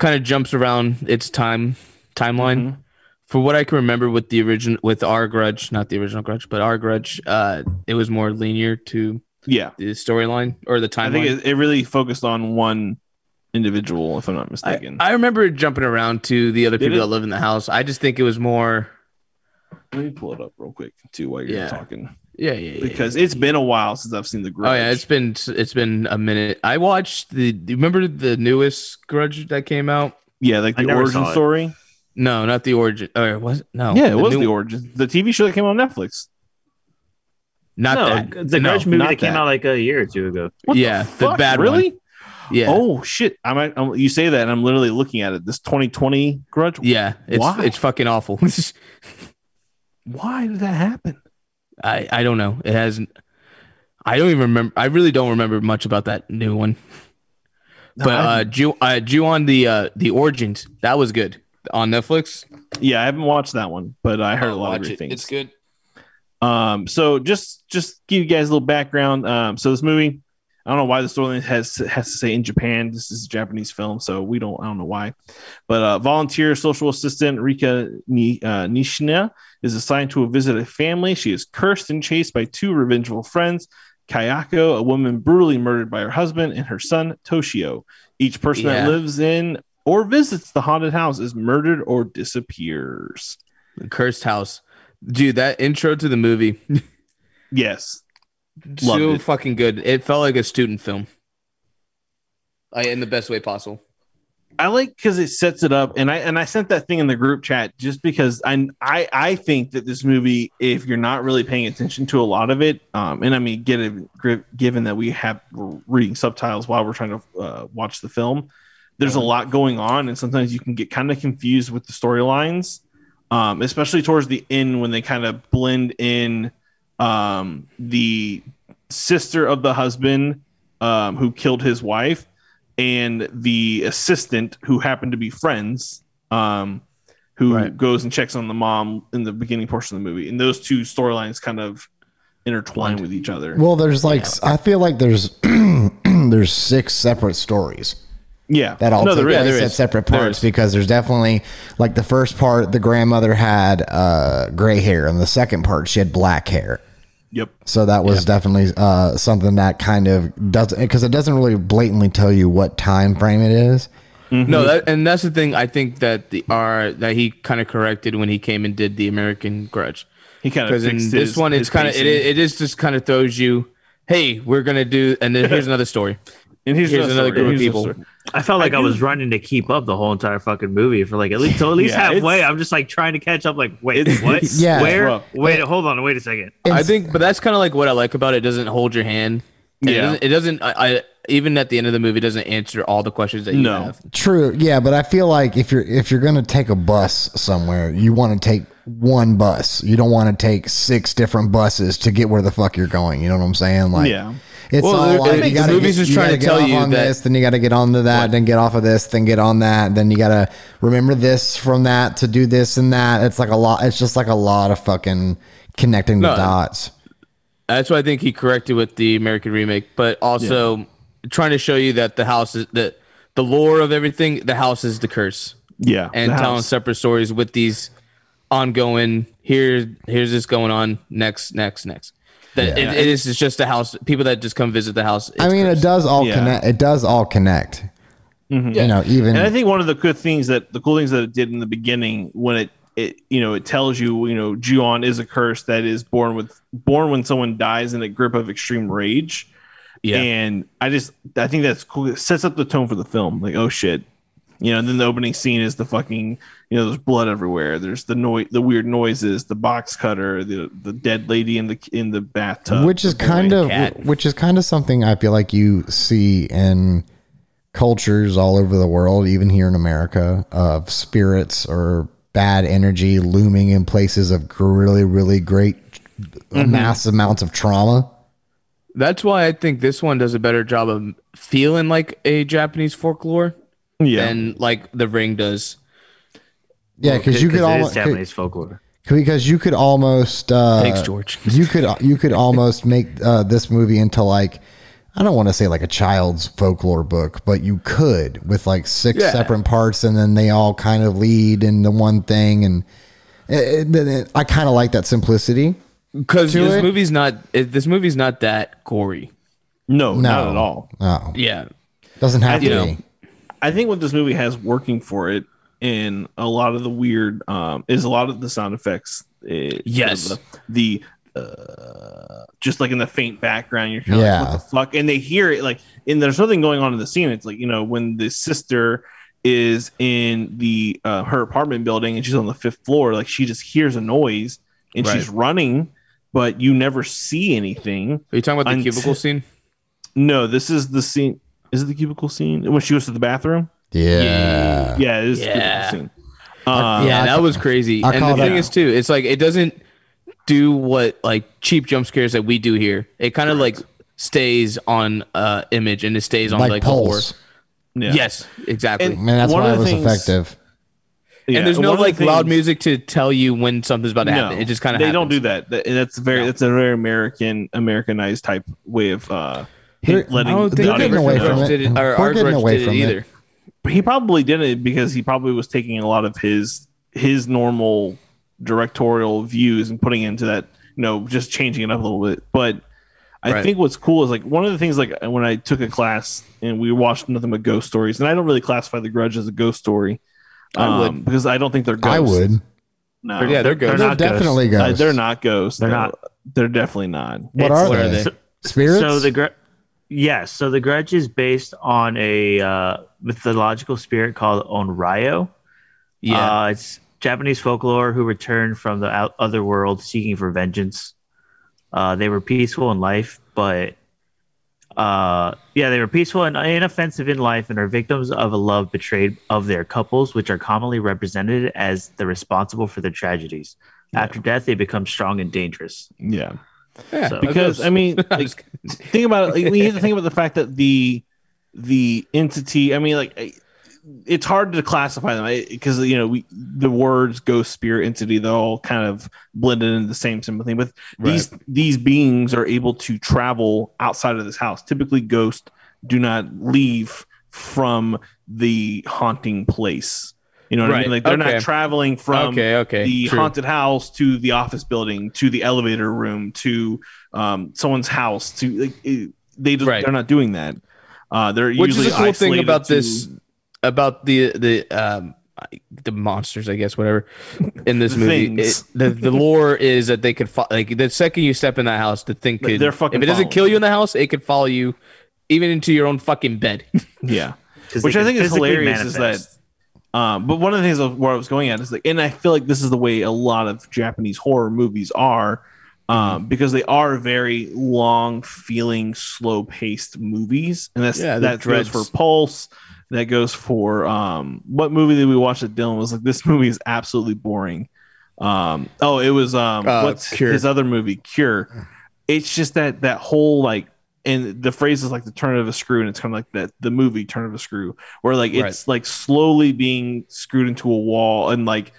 S3: kind of jumps around its time timeline.
S2: Mhm.
S3: For what I can remember with the original with our Grudge, not the original Grudge, but our Grudge, uh, it was more linear to
S2: yeah.
S3: the storyline or the timeline.
S2: I think it, it really focused on one individual, if I'm not
S3: I,
S2: mistaken.
S3: I remember it jumping around to the other
S2: Did
S3: people
S2: it?
S3: that live in the house. I just think it was more.
S2: Let me pull it up real quick too while you're
S3: Yeah.
S2: talking
S3: Yeah, yeah, yeah.
S2: because it's been a while since I've seen The Grudge.
S3: Oh yeah, it's been it's been a minute. I watched the. do you Remember the newest Grudge that came out?
S2: yeah, like
S5: I
S2: the
S5: never
S2: origin
S5: saw it.
S2: story.
S3: No, not the origin. Or was it? no?
S2: yeah, it was
S3: Oh. new-
S2: the origin, the TV show that came on Netflix.
S3: Not that.
S5: no, the
S3: No,
S5: Grudge movie
S2: not
S5: that came
S2: that.
S5: out like a year or two ago.
S3: yeah, the,
S2: fuck?
S3: bad one.
S2: really?
S3: Yeah.
S2: Oh shit! I might. I'm, you say that, and I'm literally looking at it. This 2020 grudge.
S3: Yeah, it's
S2: Why?
S3: it's fucking awful. [laughs]
S2: Why did that happen?
S3: I I don't know. It hasn't. I don't even remember. I really don't remember much about that new one.
S2: No,
S3: But
S2: I-
S3: uh, Jew, uh, Jew on the uh, the origins that was good on Netflix.
S2: yeah, I haven't watched that one, but I heard a lot of great things.
S3: good.
S2: Um, so just just give you guys a little background. Um, so this movie, I don't know why the storyline has has to say in Japan. This is a Japanese film, so we don't. I don't know why. But uh, volunteer social assistant Rika Ni, uh, Nishina is assigned to visit a family. She is cursed and chased by two revengeful friends. Kayako, a woman brutally murdered by her husband, and her son Toshio. Each person
S3: Yeah.
S2: that lives in or visits the haunted house is murdered or disappears.
S3: Cursed House, dude. That intro to the movie
S2: Yes, Loved
S3: so
S2: it.
S3: fucking good. It felt like a student film. I in the best way possible.
S2: I like because it sets it up, and I and I sent that thing in the group chat just because I I I think that this movie, if you're not really paying attention to a lot of it, um, and I mean, get it, given that we have we're reading subtitles while we're trying to uh, watch the film, there's a lot going on, and sometimes you can get kind of confused with the storylines, um, especially towards the end when they kind of blend in um, the sister of the husband um, who killed his wife and the assistant who happened to be friends um who
S3: Right.
S2: goes and checks on the mom in the beginning portion of the movie and those two storylines kind of intertwine with each other
S4: Well, there's like I feel like there's [clears throat] there's six separate stories.
S2: yeah
S4: that all
S2: no,
S4: take
S2: there
S4: place
S2: is.
S4: at
S3: there is.
S4: separate
S3: There
S4: parts
S3: is.
S4: because there's definitely like the first part the grandmother had uh, gray hair and the second part she had black hair
S2: yep
S4: so that was definitely uh, something that kind of doesn't because it doesn't really blatantly tell you what time frame it is
S3: No, that, and that's the thing. I think that the R that he kind of corrected when he came and did the American Grudge.
S2: he kind of
S3: because in this one it's kind of it, it is just kind of throws you hey we're gonna do and then here's another story
S2: And here's,
S3: Here's
S2: the
S3: another
S2: story.
S3: group
S2: Here's
S3: of
S2: the
S3: people.
S2: story.
S5: I felt like I, was running to keep up the whole entire fucking movie for like at least till at least
S2: Yeah, it's-
S5: halfway. I'm just like trying to catch up. Like, wait,
S2: It's-
S5: what?
S2: it's
S4: Yeah.
S5: Where?
S2: rough.
S5: Wait, hold on. Wait a second.
S3: I
S4: It's-
S3: think, but that's kind of like what I like about it. it doesn't hold your hand. And
S2: Yeah.
S3: It doesn't. It doesn't I, I even at the end of the movie it doesn't answer all the questions that you
S2: No.
S3: have.
S4: True. Yeah, but I feel like if you're if you're gonna take a bus somewhere, you want to take one bus. You don't want to take six different buses to get where the fuck you're going. You know what I'm saying? Like,
S2: Yeah.
S4: it's
S3: Well,
S4: all
S3: it-
S4: like
S3: it-
S4: you
S3: the
S4: gotta
S3: movie's
S4: get,
S3: just
S4: you
S3: trying
S4: gotta
S3: to
S4: get
S3: tell
S4: off
S3: you
S4: on
S3: that-
S4: this, then you gotta get onto that, then get off of this, then get on that, then you gotta remember this from that to do this and that. It's like a lot. It's just like a lot of fucking connecting the
S3: No.
S4: dots.
S3: That's what I think he corrected with the American remake, but also trying to show you that the house is that the lore of everything. The house is the curse,
S2: Yeah.
S3: and
S2: the
S3: telling
S2: house.
S3: separate stories with these ongoing. Here, here's this going on. Next, next, next. That it, it is it's just a house. People that just come visit the house.
S4: I
S3: it's
S4: mean,
S3: cursed.
S4: it does all
S2: Yeah.
S4: connect. It does all connect. You know, even
S2: And I think one of the good things that the cool things that it did in the beginning when it it you know it tells you you know Juon is a curse that is born with born when someone dies in a grip of extreme rage.
S3: Yeah.
S2: And I just I think that's cool. It sets up the tone for the film. Like oh shit, you know. And then the opening scene is the fucking you know there's blood everywhere. There's the noise, the weird noises, the box cutter, the the dead lady in the in the bathtub,
S4: which is kind of
S3: cat.
S4: which is kind of something I feel like you see in cultures all over the world, even here in America, of spirits or bad energy looming in places of gr- really, really great
S2: Mm-hmm.
S4: mass amounts of trauma.
S3: That's why I think this one does a better job of feeling like a Japanese folklore
S2: yeah.
S3: than like The Ring does.
S4: Yeah, because you could
S5: it
S4: almost
S5: is Japanese folklore.
S4: because you could almost uh,
S3: Thanks, [laughs] George.
S4: you could you could almost make uh, this movie into like I don't want to say like a child's folklore book, but you could with like six
S3: Yeah.
S4: separate parts, and then they all kind of lead into one thing, and it, it- it- I kind of like that simplicity.
S3: Because this
S4: it?
S3: movie's not it, this movie's not that gory.
S2: no, not
S4: No.
S2: at all.
S4: Oh,
S3: Yeah,
S4: doesn't have
S2: You
S4: to
S2: know.
S4: be.
S2: I think what this movie has working for it in a lot of the weird um, is a lot of the sound effects. eh,
S3: Yes.
S2: the, the, uh, just like in the faint background, you're kind of
S4: Yeah.
S2: like, what the fuck, and they hear it like, and there's nothing going on in the scene. It's like you know when the sister is in the uh, her apartment building and she's on the fifth floor, like she just hears a noise and she's running, but you never see anything.
S3: are you talking about the
S2: Unt-
S3: cubicle scene?
S2: No, this is the scene. Is it the cubicle scene when she goes to the bathroom?
S4: Yeah.
S2: Yeah, it is
S3: Yeah.
S2: yeah. Scene. Uh,
S3: yeah, that was crazy.
S4: I
S3: and the
S4: called
S3: thing
S4: it-
S3: is too, it's like it doesn't do what like cheap jump scares that we do here. It kind of like stays on uh image and it stays on
S4: like,
S3: like, the horror.
S4: pulse.
S2: yeah.
S3: Yes, exactly.
S2: And-
S4: I mean, that's
S2: One
S4: why
S2: of
S4: it
S2: the
S4: was
S2: things-
S4: effective.
S2: Yeah,
S3: and there's no
S2: one of the
S3: like loud
S2: things-
S3: music to tell you when something's about to happen.
S2: No,
S3: it just kind of
S2: they don't do that. That- That's very that's a very American Americanized type way of uh,
S4: They're-
S2: hit- letting.
S3: I don't
S2: the
S3: think
S4: They're getting
S2: audience
S4: away
S2: know.
S4: from it.
S3: did it, or
S4: We're
S3: our
S4: getting
S3: Grudge
S4: away
S3: did it
S4: from it.
S3: either.
S2: He probably didn't because he probably was taking a lot of his his normal directorial views and putting into that. You know, just changing it up a little bit, but. I
S3: Right.
S2: think what's cool is like one of the things like when I took a class and we watched nothing but ghost stories, and I don't really classify the Grudge as a ghost story
S3: I would.
S2: um, because I don't think they're ghosts.
S4: I would.
S2: No,
S3: Yeah, they're good.
S5: They're
S4: They're
S5: not ghosts.
S4: definitely
S2: Uh,
S4: ghosts.
S2: they're not ghosts.
S5: They're
S2: though.
S5: not.
S2: They're definitely not.
S4: What
S5: It's-
S4: are,
S3: what are
S4: they?
S3: they?
S4: [laughs] Spirits.
S5: So the grudge, yes. So the grudge is based on a uh, mythological spirit called Onryo.
S3: Yeah,
S5: uh, it's Japanese folklore who returned from the out- other world seeking for vengeance. Uh, they were peaceful in life, but uh, yeah, they were peaceful and inoffensive in life, and are victims of a love betrayed of their couples, which are commonly represented as the responsible for their tragedies. After death, they become strong and dangerous.
S2: Yeah,
S3: yeah.
S5: so-
S2: because I mean,
S3: [laughs]
S2: like,
S3: I'm just kidding.
S2: think about it. Like, we have to think about the fact that the the entity. I mean, like I- it's hard to classify them because you know we the words ghost, spirit, entity. They're all kind of blended into the same simple thing. But these these beings are able to travel outside of this house. Typically, ghosts do not leave from the haunting place. You know what I
S3: Right,
S2: mean? Like they're
S3: okay.
S2: not traveling from
S3: okay, okay,
S2: um, the
S3: Eh, true.
S2: haunted house to the office building to the elevator room to um, someone's house to like, it- they just,
S3: Right.
S2: they're not doing that. Uh, they're
S3: which is
S2: usually
S3: the cool thing
S2: isolated
S3: about
S2: to-
S3: this about the the um I- the monsters i guess whatever in this
S2: The
S3: movie it,
S2: things.
S3: the,
S2: [laughs]
S3: the lore is that they could fo- like the second you step in that house the thing
S2: Like,
S3: could
S2: they're fucking
S3: if it doesn't
S2: following
S3: kill
S2: you.
S3: you in the house it could follow you even into your own
S2: [laughs]
S3: fucking bed.
S2: Yeah.
S5: 'Cause they
S2: Which I
S5: can
S2: think is
S5: physically
S2: hilarious is that.
S5: manifest.
S2: Um, but one of the things of where I was going at is like, and I feel like this is the way a lot of Japanese horror movies are, um, because they are very long, feeling, slow paced movies, and that's
S3: Yeah, they're
S2: that goes
S3: dreads.
S2: for Pulse, that goes for um, what movie did we watch that Dylan was like, this movie is absolutely boring. Um, oh, it was um,
S3: Uh,
S2: what's
S3: Cure.
S2: his other movie, Cure. It's just that that whole like and the phrase is like the turn of a screw, and it's kind of like that the movie turn of a screw, where like it's like slowly being screwed into a wall, and like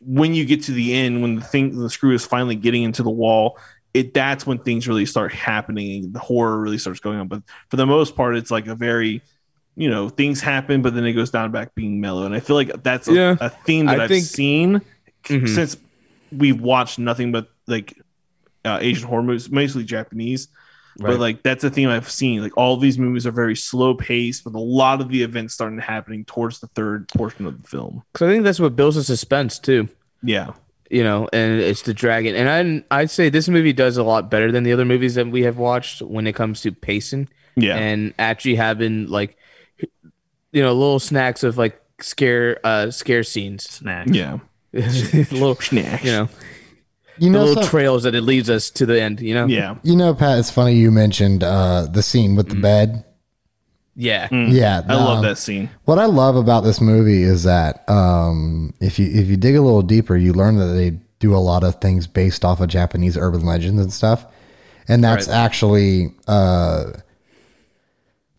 S2: when you get to the end, when the thing the screw is finally getting into the wall, it that's when things really start happening, and the horror really starts going on. But for the most part, it's like a very you know things happen, but then it goes down back being mellow, and I feel like that's a,
S3: Yeah.
S2: a theme that
S3: I
S2: I have
S3: think-
S2: seen
S3: Mhm.
S2: since we've watched nothing but like uh, Asian horror movies, mostly Japanese. But like that's a theme I've seen. Like all these movies are very slow paced, with a lot of the events starting to happening towards the third portion of the film.
S3: Because I think that's what builds the suspense too.
S2: Yeah,
S3: You know, and it's the dragon. And I, I'd say this movie does a lot better than the other movies that we have watched when it comes to pacing
S2: yeah,
S3: and actually having like, you know, little snacks of like scare, uh, scare scenes, [laughs]
S5: snack.
S2: yeah.
S3: little,
S2: Snacks.
S3: you know,
S4: You
S3: the
S4: know,
S3: little
S4: some-
S3: trails that it leads us to the end. You know,
S2: yeah,
S4: you know, Pat. It's funny you mentioned uh, the scene with the bed.
S3: yeah.
S4: Yeah,
S2: Mm. I love
S4: um,
S2: that scene.
S4: What I love about this movie is that um, if you if you dig a little deeper, you learn that they do a lot of things based off of Japanese urban legends and stuff, and that's actually uh,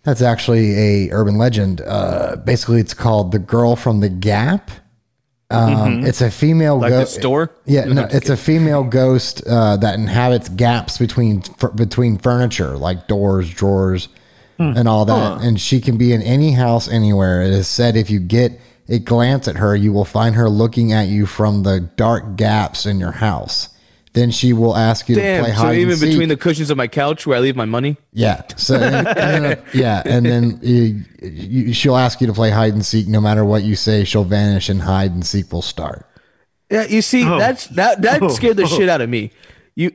S4: that's actually a urban legend. Uh, basically, it's called the girl from the gap. Um, It's a female
S3: Mm-hmm. Like the
S4: ghost.
S3: store.
S4: Yeah, no, it's a female ghost uh, that inhabits gaps between f- between furniture, like doors, drawers,
S3: Hmm.
S4: and all that. And she can be in any house, anywhere. It is said if you get a glance at her, you will find her looking at you from the dark gaps in your house. Then she will ask you to play
S3: Damn.
S4: hide
S3: So
S4: and
S3: even
S4: seek.
S3: between the cushions of my couch where I leave my money.
S4: Yeah.
S3: [laughs]
S4: So and- and, uh, yeah, and then you, you, she'll ask you to play hide and seek. No matter what you say, she'll vanish, and hide and seek will start.
S3: Yeah, you see,
S5: Oh.
S3: that's that that
S5: Oh.
S3: scared the
S5: Oh.
S3: shit out of me. You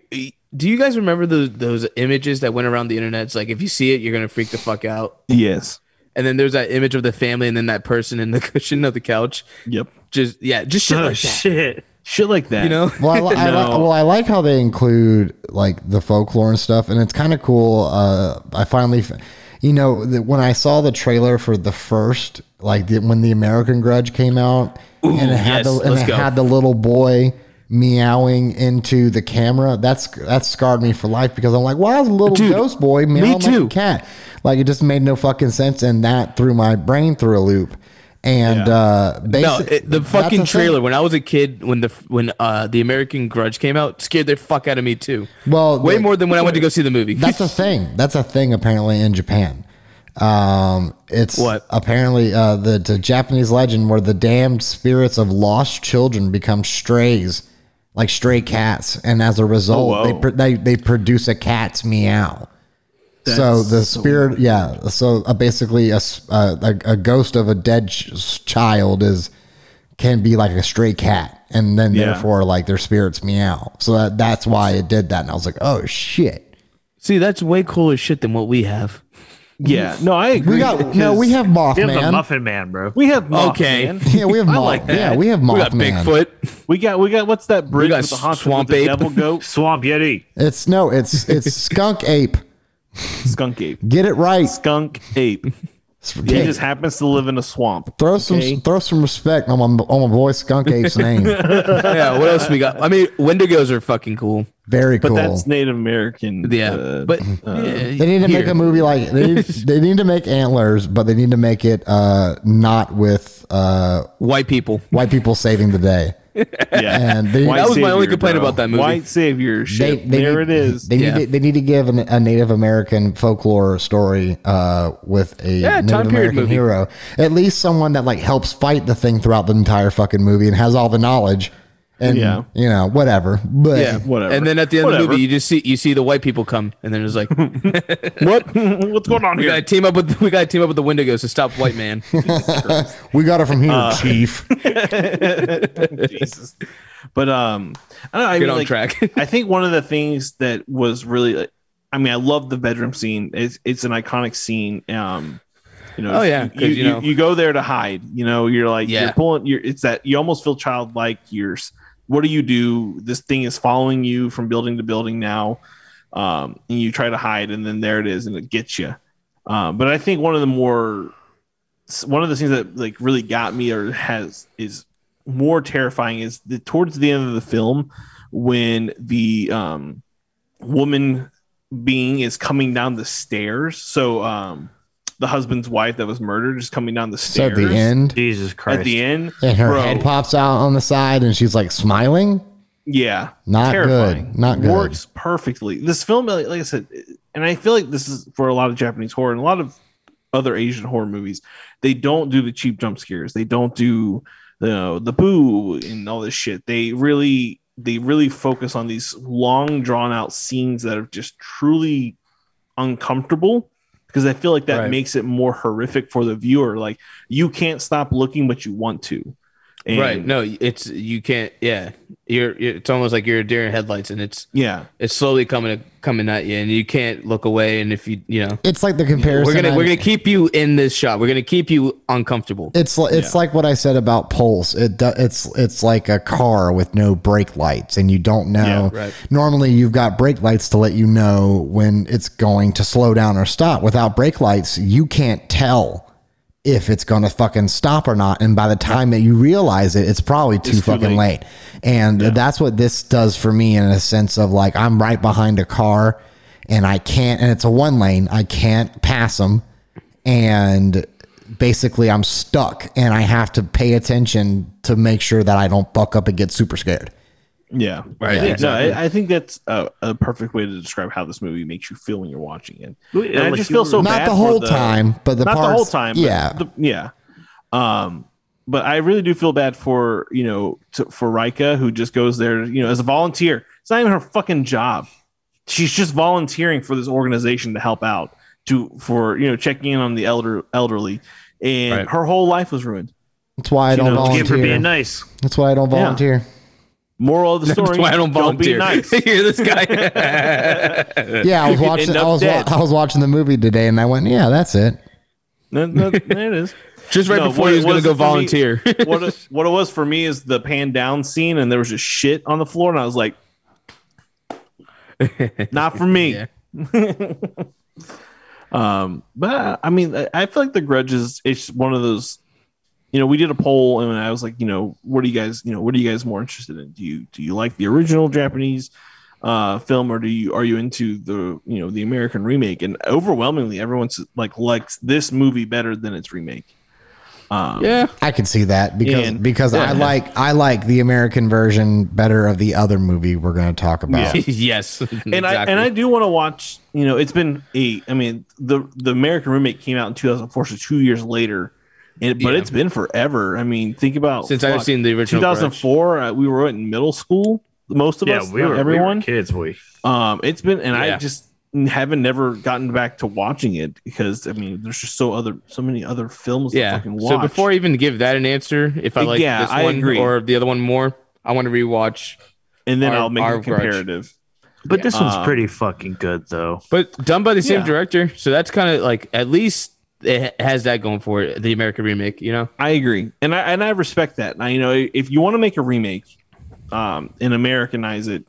S3: do you guys remember those those images that went around the internet? It's like if you see it, you're gonna freak the fuck out.
S2: Yes.
S3: And then there's that image of the family, and then that person in the [laughs] cushion of the couch.
S2: Yep.
S3: Just yeah, just shit
S5: Oh
S3: like that.
S5: [laughs] shit!
S2: [laughs] Shit like that.
S3: You know,
S4: Well, I, li-
S3: [laughs]
S4: I li-
S2: No.
S4: well, I like how they include like the folklore and stuff, and it's kind of cool. Uh, I finally, f- you know, the, when I saw the trailer for the first, like the, when the American Grudge came out, and it had
S3: yes,
S4: the and
S3: let's
S4: it
S3: go.
S4: had the little boy meowing into the camera. That's that scarred me for life because I'm like, why is a little
S3: Dude,
S4: ghost boy meowing like a
S3: too.
S4: cat? Like it just made no fucking sense, and that threw my brain through a loop. And uh,
S3: no,
S4: basi-
S3: it, the
S4: that's
S3: fucking
S4: thing.
S3: trailer. When I was a kid, when the when uh the American Grudge came out, scared the fuck out of me too.
S4: Well,
S3: way
S4: the-
S3: more than when I went to go see the movie.
S4: That's a thing. That's a thing apparently in Japan. Um, it's
S3: What?
S4: apparently uh, the, the Japanese legend where the damned spirits of lost children become strays, like stray cats, and as a result,
S2: Oh,
S4: they,
S2: wow.
S4: pr- they they produce a cat's meow. so the spirit, yeah. So uh, basically, a, s- uh, a a ghost of a dead ch- s- child is can be like a stray cat, and then
S2: Yeah.
S4: therefore, like their spirits meow. So that, that's why it did that, and I was like, oh shit.
S3: see, that's way cooler shit than what we have.
S2: Yeah. No, I agree.
S4: We got no.
S2: because
S4: We have
S5: You have the
S4: Mothman.
S5: Muffin Man, bro.
S2: we have
S3: Okay.
S2: okay.
S4: [laughs] Yeah, we have Mothman. yeah, we have Mothman.
S3: We got Bigfoot.
S2: [laughs]
S3: [laughs]
S2: We got we got what's that bridge
S3: got
S2: with the haunted
S3: swamp
S2: with the
S3: ape.
S2: devil goat
S4: [laughs]
S5: Swamp Yeti.
S4: It's no. It's it's skunk ape.
S2: skunk ape
S4: Get it right.
S2: skunk [laughs] ape. He just happens to live in a swamp.
S4: Throw some
S2: Okay.
S4: throw some respect on my on my boy skunk ape's name.
S3: yeah, what else we got? I mean, Wendigos are fucking cool.
S4: Very
S2: But
S4: cool.
S2: that's Native American.
S3: Yeah,
S2: uh,
S3: but
S4: they need to make a movie like they need, they need to make antlers, but they need to make it uh, not with uh,
S3: white people.
S4: white people saving the day.
S2: yeah. [laughs]
S4: And they,
S3: That was my only
S2: savior,
S3: complaint
S2: bro.
S3: about that movie.
S2: White savior
S4: they,
S2: shit.
S4: they
S2: there
S4: need,
S2: it is.
S4: They need
S3: Yeah.
S4: to, they need to give an, a Native American folklore story uh, with a
S3: Yeah,
S4: Native
S3: time period
S4: American
S3: movie.
S4: hero. At least someone that like helps fight the thing throughout the entire fucking movie and has all the knowledge. And
S2: Yeah.
S4: you know whatever, but
S3: Yeah,
S2: Whatever.
S3: And then at the end of
S2: Whatever.
S3: the movie, you just see you see the white people come, and then
S2: [laughs]
S3: it's like we
S2: what? What's going on
S3: gotta
S2: here?
S3: team up with [laughs] we gotta team up with the Wendigos to stop white man.
S4: we got it from here, Chief.
S2: [laughs] Jesus. But um, I don't know. I
S3: Get
S2: mean,
S3: on
S2: like, [laughs]
S3: track.
S2: I think one of the things that was really like, I mean, I love the bedroom scene. It's it's an iconic scene. Um, you know,
S3: Oh, yeah, 'cause,
S2: you,
S3: you
S2: you,
S3: know-
S2: you go there to hide. You know, you're like
S3: Yeah.
S2: you're pulling. You're it's that you almost feel childlike. You're s- what do you do? This thing is following you from building to building now, um, and you try to hide, and then there it is, and it gets you. Um, but I think one of the more s- one of the things that like really got me or has is more terrifying is the towards the end of the film when the um woman being is coming down the stairs so um the husband's wife that was murdered is coming down the
S4: So at
S2: stairs
S4: the end,
S5: Jesus Christ.
S2: at the end
S4: and her
S2: Bro.
S4: head pops out on the side, and she's like smiling.
S2: yeah
S4: Not
S2: terrifying.
S4: good. Not good.
S2: Works perfectly. This film, like like I said, and I feel like this is for a lot of Japanese horror and a lot of other Asian horror movies. They don't do the cheap jump scares. They don't do you know, the boo and all this shit. They really, they really focus on these long, drawn out scenes that are just truly uncomfortable because I feel like that
S3: Right.
S2: makes it more horrific for the viewer. Like you can't stop looking, but you want to. And-
S3: right. No, it's you can't. Yeah, you're. you're- It's almost like you're a deer in headlights, and it's
S2: Yeah.
S3: it's slowly coming coming at you, and you can't look away. And if you you know,
S4: It's like the comparison.
S3: we're gonna
S4: I-
S3: we're gonna keep you in this shot. We're gonna keep you uncomfortable.
S4: It's li- it's like what I said about Pulse. It do, it's it's like a car with no brake lights, and you don't know.
S3: Yeah, right.
S4: Normally, you've got brake lights to let you know when it's going to slow down or stop. Without brake lights, you can't tell if it's going to fucking stop or not. And by the time that you realize it, it's probably too
S2: too
S4: fucking late.
S2: late.
S4: And that's what this does for me in a sense of like I'm right behind a car, and I can't. And it's a one lane. I can't pass them and basically I'm stuck and I have to pay attention to make sure that I don't buck up and get super scared.
S2: Yeah.
S3: Right,
S2: Yeah,
S3: exactly.
S2: No, I, I think that's a, a perfect way to describe how this movie makes you feel when you're watching it.
S5: Wait,
S2: And I
S5: like
S2: just
S5: you
S2: feel
S5: were-
S2: so
S4: Not
S2: bad
S4: the
S2: for
S4: whole time, but the
S2: not
S4: parts,
S2: the whole time. but
S4: Yeah.
S2: the- yeah. Um, but I really do feel bad for you know to, for Rika who just goes there you know as a volunteer. It's not even her fucking job. She's just volunteering for this organization to help out to for you know checking in on the elder elderly, and
S3: Right.
S2: her whole life was ruined.
S4: That's why I
S2: She
S4: don't
S2: knows
S5: Good for
S4: volunteer.
S5: being nice.
S4: That's why I don't
S2: Yeah. [laughs]
S4: volunteer.
S2: Moral of the story:
S3: [laughs] That's why I don't volunteer.
S2: be
S3: [laughs]
S2: nice.
S3: Hear this guy.
S2: [laughs]
S4: Yeah, I was
S2: You'd
S4: watching.
S2: end
S4: I
S2: up
S4: was, wa-
S2: dead.
S4: I was watching the movie today, and I went, "Yeah, that's it."
S2: That- that- there it is.
S3: Just right
S2: No,
S3: before
S2: what
S3: he
S2: it
S3: was gonna
S2: was
S3: go
S2: for me-
S3: volunteer. [laughs]
S2: what it, what it was for me is the pan down scene, and there was just shit on the floor, and I was like, "Not for me."
S3: Yeah.
S2: [laughs] um, but I mean, I, I feel like the Grudge is it's one of those. You know, we did a poll, and I was like, you know, what do you guys, you know, what are you guys more interested in? Do you do you like the original Japanese uh, film, or do you are you into the you know the American remake? And overwhelmingly, everyone's like likes this movie better than its remake. Um,
S3: yeah.
S4: I can see that because
S2: And-
S4: because I
S2: yeah.
S4: like I like the American version better of the other movie we're going to talk about.
S3: [laughs] yes.
S2: and I and I do want to watch. You know, it's been a. I mean, the the American Remake came out in 2004, so two years later, and but
S3: Yeah.
S2: it's been forever. I I mean, think about
S3: since I've
S2: fuck,
S3: seen the original. Grudge.
S2: 2004. Uh, we were in middle school, most of us,
S5: Yeah, we
S2: not
S5: were
S2: everyone.
S5: everyone kids. We
S2: um, it's been, and
S3: Yeah.
S2: I just haven't never gotten back to watching it because I mean, there's just so other so many other films. to
S3: Yeah.
S2: fucking watch.
S3: So before I even give that an answer, if I like
S2: Yeah,
S3: this
S2: I
S3: one
S2: agree.
S3: or the other one more, I want to rewatch.
S2: and then
S3: our-
S2: I'll make
S3: our
S2: a
S3: grudge.
S2: comparative.
S5: But this one's
S2: Um,
S5: pretty fucking good though.
S3: But done by the same
S2: Yeah.
S3: director, so that's kind of like at least it ha- has that going for it. The American remake, you know.
S2: I agree, and I and I respect that. I, you know, if you want to make a remake, um, and Americanize it,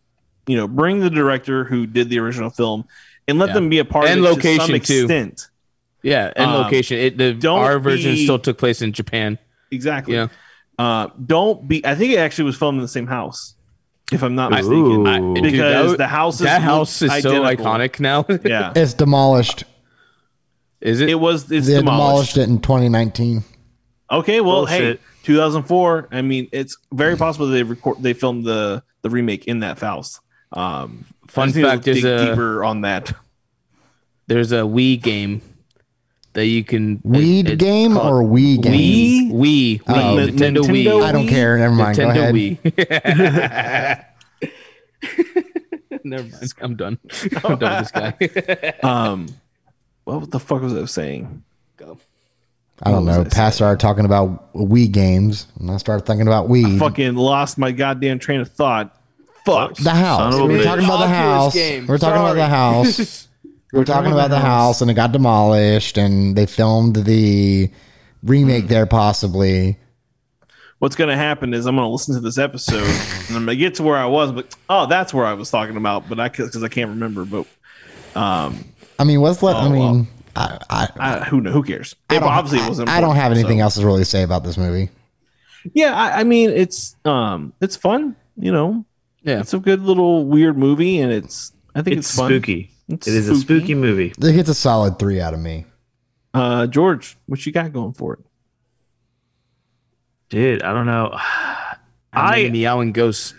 S2: you know, bring the director who did the original film, and let
S3: Yeah.
S2: them be a part
S3: And
S2: of it to some
S3: location, too.
S2: extent.
S3: Yeah, and
S2: Um,
S3: location. It, the
S2: don't
S3: our version
S2: be-
S3: still took place in Japan.
S2: Exactly.
S3: Yeah.
S2: Uh, don't be. I think it actually was filmed in the same house, if I'm not
S5: Ooh.
S2: mistaken.
S5: I- dude,
S3: that
S2: because
S3: would-
S2: the houses
S3: that
S2: look
S3: house is
S2: identical.
S3: so iconic now. [laughs]
S2: Yeah,
S4: It's demolished.
S3: is it?
S2: it was. It's
S4: they
S2: demolished.
S4: demolished it in 2019.
S2: Okay, well,
S5: Bullshit.
S2: hey, 2004. I mean, it's very possible they record they filmed the the remake in that house. Um, I
S3: Fun
S2: just need to
S3: fact is,
S2: dig
S3: uh,
S2: deeper on
S3: [laughs]
S2: that.
S3: There's a Wii game that you can
S4: Weed
S3: it- it's
S4: game
S3: called
S4: or we game?
S3: Wii Wii Wii
S4: Oh.
S3: Nintendo, Wii.
S2: Nintendo
S4: I don't
S2: Wii?
S4: care. Never mind. Go ahead.
S3: Nintendo
S4: [laughs]
S3: Wii. [laughs] Never mind. I'm done. [laughs] I'm done with this guy.
S2: Um, well, what the fuck was I saying?
S4: I don't
S2: What was
S4: know.
S2: I
S4: Pat started talking about Wii games, and I started thinking about Wii.
S2: Fucking lost my goddamn train of thought. Fuck.
S4: the house.
S5: Son of a
S4: We were
S5: bitch.
S4: talking about the
S3: Oculus
S4: house.
S3: game.
S4: We are talking about the
S3: Sorry. [laughs]
S4: house. We were talking about the house, and it got demolished, and they filmed the
S2: Hmm.
S4: remake there, possibly.
S2: What's going to happen is I'm going to listen to this
S4: [laughs]
S2: episode and I'm going to get to where I was, but oh, that's where I was talking about, but I because I can't remember. But um,
S4: I mean, what's let? I mean, I, I,
S2: I, who know? Who cares? Oh, It
S4: don't-
S2: obviously
S4: I-
S2: wasn't.
S4: I don't
S2: important,
S4: have
S2: so.
S4: anything else to really say about this movie.
S2: Yeah, I, I mean it's um it's fun. You know,
S3: Yeah.
S2: it's a good little weird movie, and it's I think it's,
S5: It's
S2: fun.
S5: spooky.
S2: It's
S5: It is a spooky movie.
S4: It gets a solid three out of me.
S2: Uh, George, what you got going for it?
S5: Dude, I don't know. [sighs]
S3: How many
S5: I-
S3: meowing [laughs] ghosts.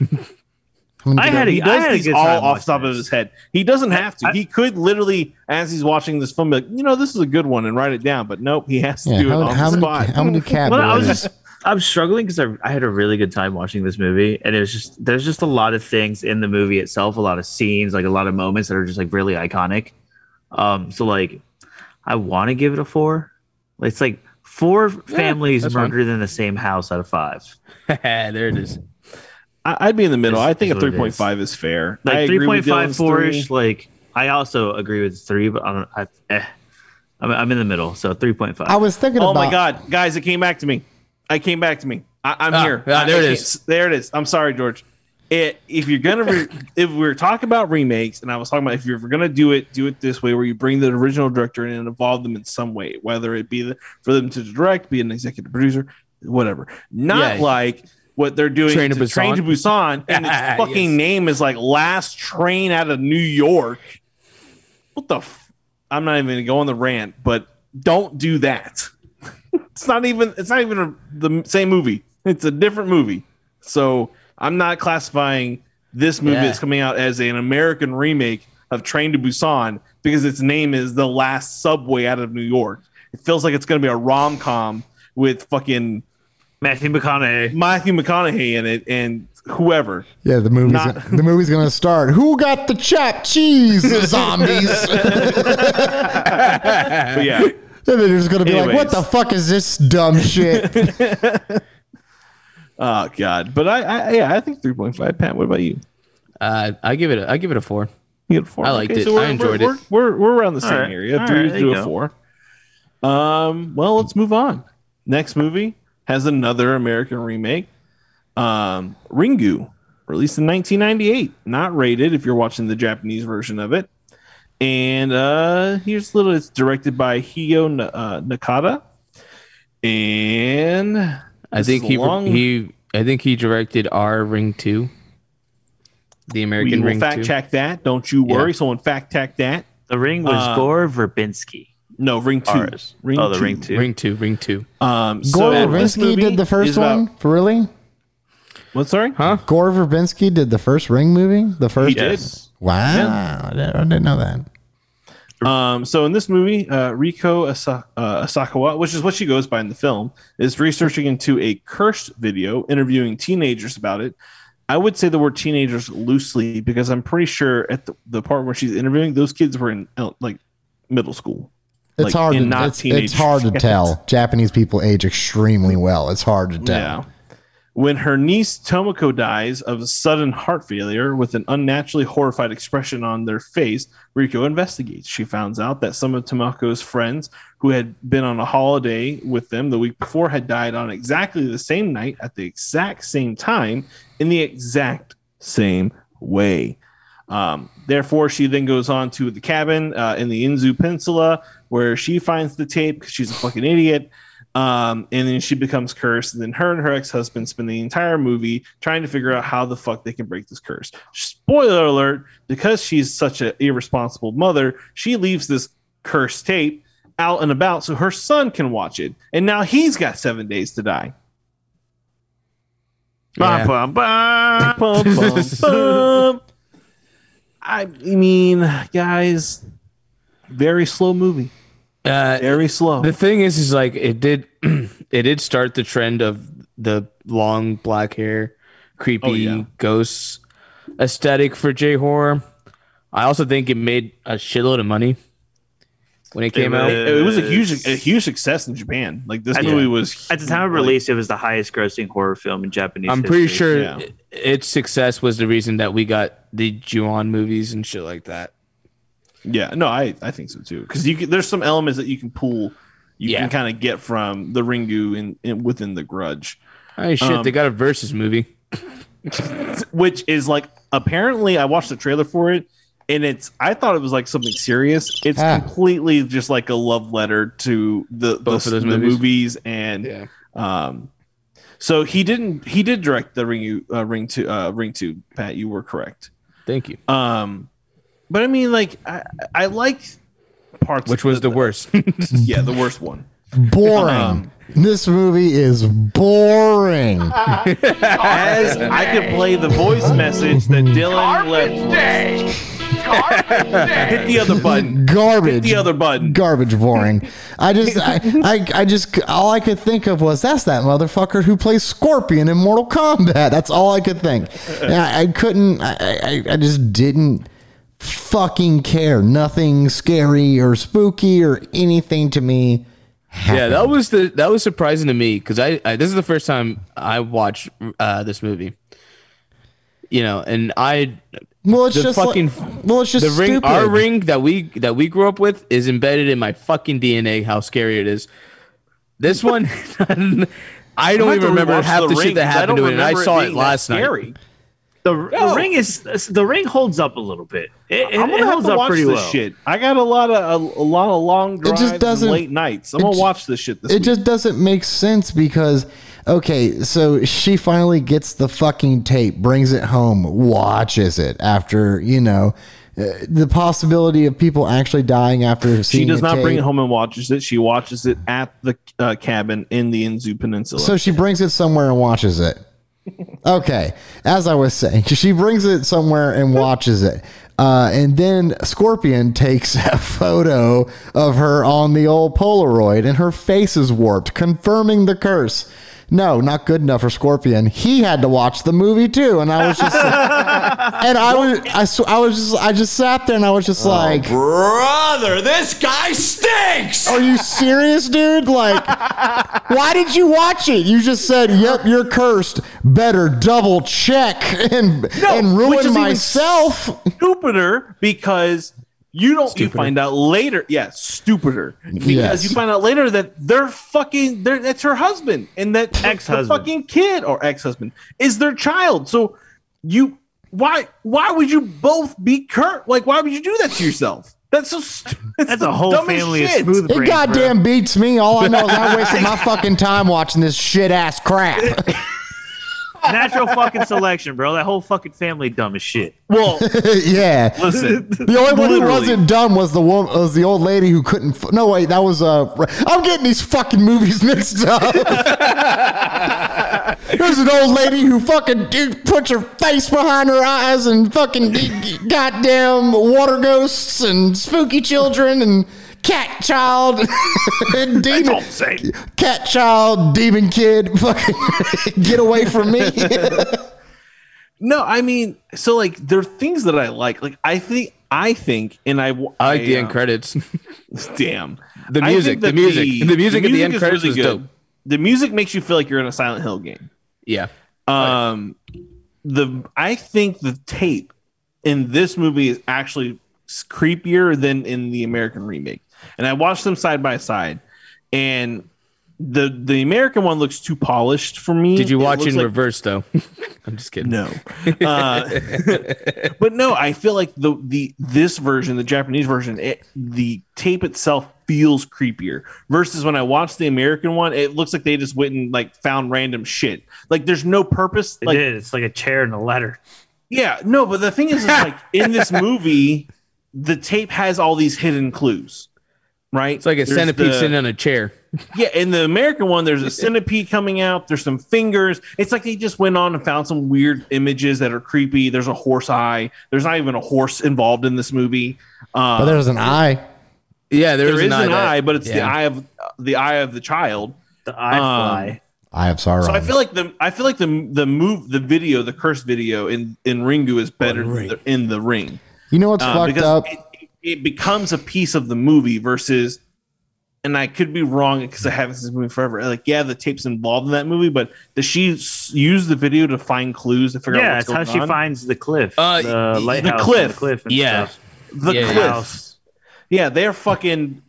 S4: I'm gonna
S5: I
S4: give
S5: had
S4: it-
S2: He
S5: a, I
S2: does
S5: had a
S2: these
S5: good
S2: all
S5: time
S2: off the
S5: watching
S2: top of
S5: this.
S2: his head. He doesn't have to.
S5: I-
S2: he could literally, as he's watching this film, be like, you know, this is a good one, and write it down. But nope, he has to
S4: yeah,
S2: do it
S4: how,
S2: on
S4: how
S2: the
S4: many,
S2: spot.
S4: how many cat
S5: Well, I was
S4: boys?
S5: just I'm struggling because I, I had a really good time watching this movie, and it was just there's just a lot of things in the movie itself, a lot of scenes, like a lot of moments that are just like really iconic. Um, so like, I want to give it a four. It's like four families
S3: that's
S5: murdered in the same house out of five.
S3: there it is.
S2: I, I'd be in the middle.
S5: This
S2: I think a
S5: is what it
S2: three
S5: is.
S2: point five is fair. I
S5: Like
S2: agree
S5: three
S2: with
S5: point five
S2: Dylan's
S5: four
S2: three.
S5: ish. Like I also agree with three, but I don't. I, eh, I'm, I'm in the middle, so three point five.
S4: I was thinking
S2: Oh
S4: about.
S2: my god, guys, it came back to me. I came back to me. I, I'm
S3: Ah,
S2: here.
S3: ah,
S2: I-
S3: there
S2: I
S3: it
S2: can't-
S3: is.
S2: There it is. I'm sorry, George. It, if you're gonna,
S3: [laughs]
S2: re- if we we're talking about remakes, and I was talking about if you're gonna do it, do it this way, where you bring the original director in and involve them in some way, whether it be the, for them to direct, be an executive producer, whatever. Not
S3: Yeah.
S2: like what they're doing
S3: Train to
S2: to Train
S3: Busan.
S2: to Busan, and its
S3: [laughs] Yes.
S2: fucking name is like Last Train Out of New York. What the? F- I'm not even gonna go on the rant, but don't do that. It's not even. It's not even a, the same movie. It's a different movie. So I'm not classifying this movie
S3: Yeah.
S2: that's coming out as an American remake of Train to Busan because its name is The Last Subway Out of New York. It feels like it's going to be a rom com with fucking
S5: Matthew McConaughey.
S2: Matthew McConaughey in it and whoever.
S4: Yeah, the movie's
S2: Not-
S4: gonna, the movie's gonna start. Who got the chopped cheese?
S2: [laughs]
S4: Zombies.
S2: But yeah,
S4: And they're just gonna be like, "What
S2: Anyways.
S4: the fuck is this
S2: [laughs]
S4: dumb shit?"
S2: oh god. But I, I yeah, I think 3.5. Pat, what about you?
S3: Uh, I give it. A, I give it a four.
S2: You get a four.
S3: I liked it.
S2: we're-
S3: I enjoyed
S2: we're,
S3: it.
S2: We're, we're, we're around the same
S5: right.
S2: area.
S5: All
S2: three
S5: right, there
S2: to
S5: you
S2: a four. Um, well, let's move on. Next movie has another American remake. Um, Ringu, released in 1998. Not rated if you're watching the Japanese version of it. And uh, here's a little. It's directed by Hiyo Na- uh, Nakata. And
S3: I
S2: this
S3: think
S2: is a
S3: he
S2: long-
S3: he. I think he directed our Ring Two, the
S2: we
S3: American
S2: will
S3: Ring
S2: fact
S3: Two.
S2: check that. Don't you
S3: Yeah.
S2: worry. Someone fact check that.
S5: The ring was
S2: Uh,
S5: Gore Verbinski.
S2: No, Ring Two.
S5: Ours. oh, the ring two.
S3: Ring Two. Ring Two.
S2: Um,
S4: Gore
S2: so this
S4: Verbinski
S2: movie
S4: did the
S2: is
S4: first
S2: about-
S4: one. For really?
S2: What? Sorry,
S3: Huh?
S4: Gore Verbinski did the first Ring movie. The first.
S2: He did.
S4: Wow, I didn't- I didn't know that.
S2: Um, so in this movie, uh, Riko Asa- uh, Asakawa, which is what she goes by in the film, is researching into a cursed video, interviewing teenagers about it. I would say the word teenagers loosely because I'm pretty sure at the, the part where she's interviewing, those kids were in uh, like middle school.
S4: It's
S2: Like,
S4: hard. To,
S2: in not
S4: it's, it's
S2: teenagers.
S4: hard to tell. Japanese people age extremely well. It's hard to tell.
S2: Yeah. When her niece Tomoko dies of sudden heart failure with an unnaturally horrified expression on their face, Riko investigates. She finds out that some of Tomoko's friends who had been on a holiday with them the week before had died on exactly the same night at the exact same time in the exact same way. Um, therefore, she then goes on to the cabin uh, in the Inzu Peninsula where she finds the tape because she's a fucking idiot. Um, and then she becomes cursed. And then her and her ex husband spend the entire movie trying to figure out how the fuck they can break this curse. Spoiler alert because she's such an irresponsible mother, she leaves this cursed tape out and about so her son can watch it. And now he's got seven days to die.
S3: Yeah.
S5: Bum, bum,
S2: [laughs]
S5: bum.
S2: Bum, bum, bum. I mean, guys, very slow movie.
S3: Uh,
S2: Very slow.
S3: The thing is, is like it did, [clears throat] it did start the trend of the long black hair, creepy
S2: Oh, yeah.
S3: ghosts aesthetic for J horror. I also think it made a shitload of money when it came out.
S5: was-
S2: it was a huge, a huge success in Japan. Like this
S5: At the-
S2: movie was
S5: At the time of
S2: like,
S5: release, it was the highest grossing horror film in Japanese.
S3: I'm pretty
S5: history.
S3: sure
S2: yeah.
S3: i- its success was the reason that we got the Juon movies and shit like that.
S2: Yeah, no, I I think so too. Because you can, there's some elements that you can pull, you
S3: Yeah.
S2: can kind of get from the Ringu in, in within the Grudge,
S3: Hey, shit,
S2: Um,
S3: they got a versus movie.
S2: which is like apparently I watched the trailer for it, and it's I thought it was like something serious. It's
S4: Ah.
S2: completely just like a love letter to the
S3: Both
S2: the,
S3: of those
S2: the
S3: movies?
S2: movies. and
S3: Yeah.
S2: um. So he didn't. He did direct the Ringu uh, Ring Two uh, Ring Two. Pat, you were correct.
S3: Thank you.
S2: Um, but I mean, like I I like parts.
S3: Which
S2: of
S3: was the worst? [laughs]
S2: yeah the worst one.
S4: Boring.
S2: Um,
S4: this movie is boring.
S3: Uh,
S2: As I could play the voice message
S5: [laughs]
S2: that Dylan left.
S7: Day! Garbage
S2: Hit
S7: Day!
S2: the other
S3: [laughs]
S2: button. Hit
S4: Garbage.
S2: the other button.
S4: garbage boring. I just, I, I, I just, all I could think of was that's that motherfucker who plays Scorpion in Mortal Kombat. That's all I could think. And I, I couldn't, I, I, I just didn't fucking care. Nothing scary or spooky or anything to me.
S3: yeah, that was the that was surprising to me because I, I this is the first time I watched uh, this movie. You know, and I
S4: Well, it's
S3: The
S4: just
S3: fucking-
S4: like, well, it's just
S3: the ring
S4: stupid.
S3: our ring that we that we grew up with is embedded in my fucking DNA. How scary it is! This one, [laughs] I
S2: I'm gonna have
S3: don't
S2: to
S3: even remember
S2: rewatch
S3: half the,
S2: The Ring
S3: shit that
S2: 'cause I
S3: happened
S2: don't
S3: to it, and I
S2: remember it
S3: saw it
S2: being that
S3: last
S2: scary.
S3: night.
S5: The, the ring is the ring holds up a little bit. It, it,
S2: I'm
S5: it
S2: gonna have
S5: holds
S2: to
S5: up
S2: watch
S5: pretty
S2: this
S5: well.
S2: shit. I got a lot of a, a lot of long
S4: just
S2: drives and
S4: doesn't-
S2: late nights. I'm
S4: it
S2: gonna
S4: ju-
S2: watch this shit this
S4: it
S2: week.
S4: just doesn't make sense because okay so she finally gets the fucking tape brings it home watches it after you know uh, the possibility of people actually dying after
S2: she
S4: seeing
S2: does
S4: a
S2: not bring
S4: tape.
S2: it home and watches it. She watches it at the uh, cabin in the Inzu Peninsula.
S4: so she brings it somewhere and watches it okay as i was saying she brings it somewhere and watches it uh, and then scorpion takes [laughs] a photo of her on the old polaroid and her face is warped confirming the curse no not good enough for scorpion he had to watch the movie too and i was just and i was I, sw- I was just i just sat there and i was just like
S8: Oh, Brother, this guy stinks!
S4: are you serious, dude? Like, [laughs] why did you watch it? You just said, "Yep, you're cursed." Better double check and and
S2: which
S4: ruin
S2: is
S4: myself.
S2: stupider because you don't you find out later yeah stupider because
S4: Yes.
S2: you find out later that they're fucking they're, that's her husband and that
S5: Ex-husband.
S2: the fucking kid or ex-husband is their child so you why why would you both be curt like why would you do that to yourself that's so stu-
S5: That's a whole family
S2: [laughs]
S5: of smooth
S4: It
S5: brains,
S4: goddamn beats me. All I know is I wasted
S8: [laughs]
S4: my fucking time watching this shit ass crap. [laughs]
S5: bro. natural fucking selection, bro. That whole fucking family dumb as shit.
S2: well
S4: yeah.
S2: listen
S4: The only one who
S2: Literally.
S4: wasn't dumb was the woman, was the old lady who couldn't. F- no, wait, that was uh. Ra- I'm getting these fucking movies [laughs]
S2: [laughs]
S4: mixed up. There's an old lady who fucking d- puts her face behind her eyes and fucking g- g- goddamn water ghosts and spooky children and cat child, [laughs] and demon cat child, demon kid. [laughs] Fucking get away from me.
S2: no i mean so like there are things that i like like i think i think and i w-
S3: I like the end
S2: um,
S3: credits,
S2: [laughs] Damn.
S3: The
S2: I think
S3: music, the
S2: that
S3: music, the music at the end
S2: is
S3: credits was dope.
S2: The music makes you feel like you're in a Silent Hill game.
S3: Oh, yeah.
S2: Um, the I think the tape in this movie is actually s- creepier than in the American remake. And I watched them side by side, and the the American one looks too polished for me.
S3: Did you
S2: It
S3: watch
S2: looks
S3: in
S2: like-
S3: reverse though? [laughs] I'm just kidding.
S2: no. Uh, [laughs] but no, I feel like the the this version, the Japanese version, it, the tape itself feels creepier versus when I watched the American one, it looks like they just went and like found random shit. Like there's no purpose.
S5: It
S2: Like
S5: did. It's like a chair and a ladder.
S2: yeah, no, but the thing is, is
S3: [laughs]
S2: like in this movie, the tape has all these hidden clues. Right?
S3: It's like a
S2: There's
S3: centipede
S2: the-
S3: sitting on a chair.
S2: yeah, in the American one, there's a centipede coming out. There's some fingers. It's like they just went on and found some weird images that are creepy. There's a horse eye. There's not even a horse involved in this movie.
S4: but
S2: Uh,
S4: there's an eye.
S3: Yeah,
S2: there is an eye,
S3: that-
S2: but it's the
S3: yeah.
S2: eye of the eye of the child.
S5: The eye
S2: Um,
S5: fly.
S4: I have sorrow.
S2: So I feel like the I feel like the the move the video the curse video in in Ringu is better than the, in the ring
S4: you know what's
S2: Uh,
S4: fucked
S2: because
S4: up.
S2: It, it- it becomes a piece of the movie versus. And I could be wrong because I haven't seen this movie forever. Like, yeah, the tape's involved in that movie, but does she s- use the video to find clues to figure
S5: Yeah,
S2: out what's
S5: that's how
S2: going
S5: she
S2: on?
S5: finds the cliff,
S3: Uh,
S5: the
S3: the
S5: lighthouse, and
S2: cliff.
S5: the cliff, and
S3: Yeah.
S5: stuff.
S2: the
S3: Yeah.
S2: cliff.
S5: house.
S2: Yeah, they're fucking.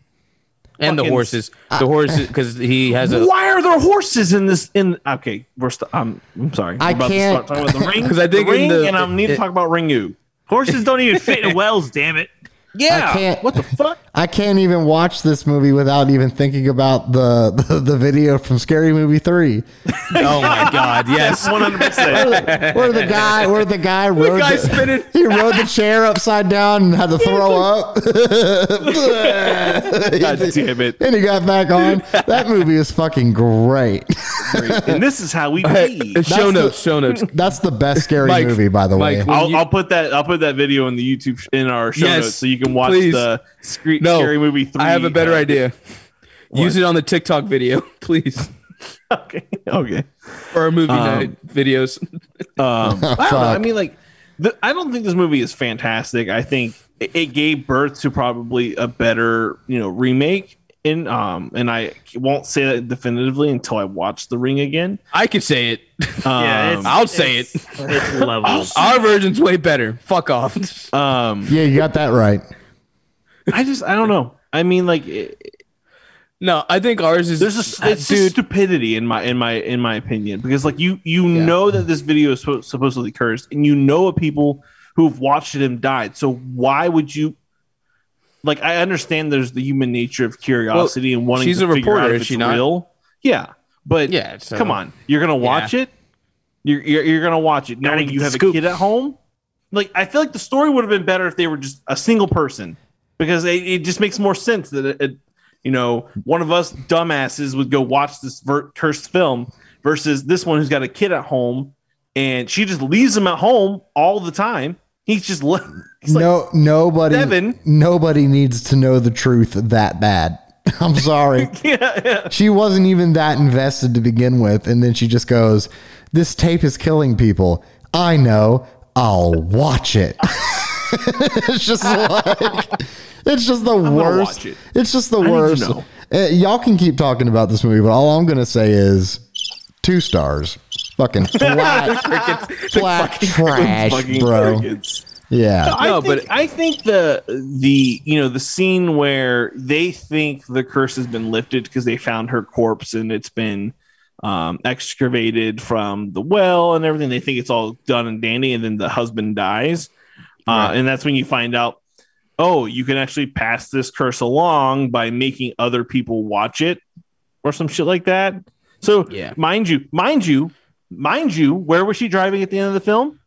S3: and the
S2: fucking-
S3: horses. The horses, because he has a.
S2: Why are there horses in this? In okay, we're st- I'm I'm sorry.
S4: I
S2: we're about to start
S4: can't-
S2: talking about the ring
S3: 'Cause I think
S2: the
S3: in
S2: ring,
S3: the-
S2: and I need
S3: it-
S2: to talk about Ringu.
S5: Horses don't even fit in wells, damn it.
S2: Yeah,
S4: can't-
S2: what the fuck?
S4: I can't even watch this movie without even thinking about the the, the video from Scary Movie Three,
S3: Oh my
S2: [laughs]
S3: God! Yes.
S2: One hundred percent.
S4: where the guy where the guy
S3: [laughs] The
S4: rode
S3: guy
S4: the-
S3: spinning.
S4: [laughs] he rode the chair upside down and had
S3: [laughs]
S4: to throw up. [laughs]
S2: God damn it!
S4: and he got back on. That movie is fucking great.
S2: And this is how we pee.
S3: show
S4: the-
S3: notes. show notes.
S4: That's the best scary
S3: Mike,
S4: movie, by the
S3: Mike,
S4: way.
S3: when
S2: I'll,
S3: you-
S2: I'll put that I'll put that video in the YouTube sh- in our show
S3: Yes,
S2: notes so you can watch
S3: please.
S2: the scre-
S3: No,
S2: scary movie three.
S3: I have a better
S2: uh,
S3: idea. Use it on the TikTok video, [laughs] please,
S2: [laughs] Okay, okay.
S3: for our movie night videos.
S2: Um, I don't know. I
S4: Fuck.
S2: mean, like, the, I don't think this movie is fantastic. I think it, it gave birth to probably a better, you know, remake. And um, and I won't say that definitively until I watch The Ring again.
S3: I could say it.
S2: Um,
S5: Yeah, it's-
S3: I'll say it.
S5: It's levels.
S3: [laughs] Our version's way better. Fuck off. [laughs]
S2: um,
S4: Yeah, you got that right.
S2: I just I don't know. I mean, like, it,
S3: No, I think ours is. uh,
S2: there's just it's just
S3: dude.
S2: stupidity in my in my in my opinion because like you you know that this video is suppo- supposedly cursed and you know of people who've watched it and died. So why would you? Like I understand there's the human nature of curiosity and wanting
S3: she's
S2: to
S3: a
S2: figure out
S3: reporter,
S2: if
S3: is
S2: it's
S3: she not?
S2: real. Yeah, but
S3: Yeah, so-
S2: come on, you're gonna watch it. You're, you're you're gonna watch it knowing
S5: get
S2: you
S5: the
S2: have a
S5: scoop.
S2: kid at home. Like I feel like the story would have been better if they were just a single person because it, it just makes more sense that it, it- you know one of us dumbasses would go watch this ver- cursed film versus this one who's got a kid at home and she just leaves him at home all the time. He's just left. He's like,
S4: no, nobody,
S2: Devin.
S4: nobody needs to know the truth that bad. [laughs] I'm sorry.
S2: [laughs] yeah, yeah.
S4: she wasn't even that invested to begin with, and then she just goes, "This tape is killing people. I know. I'll watch it." [laughs] it's just like it's just the worst.
S2: watch it.
S4: It's just the
S2: to
S4: worst.
S2: know.
S4: Uh, y'all can keep talking about this movie, but all I'm gonna say is two stars.
S2: [laughs]
S4: Fucking flat, flat trash,
S2: Fucking
S4: bro.
S2: crickets.
S4: Yeah.
S2: I
S3: No,
S2: think,
S3: but-
S2: I think the the you know the scene where they think the curse has been lifted because they found her corpse and it's been um, excavated from the well and everything. They think it's all done and dandy, and then the husband dies, uh, and that's when you find out. Oh, you can actually pass this curse along by making other people watch it, or some shit like that. So,
S3: Yeah.
S2: mind you, mind you, mind you, where was she driving at the end of the film?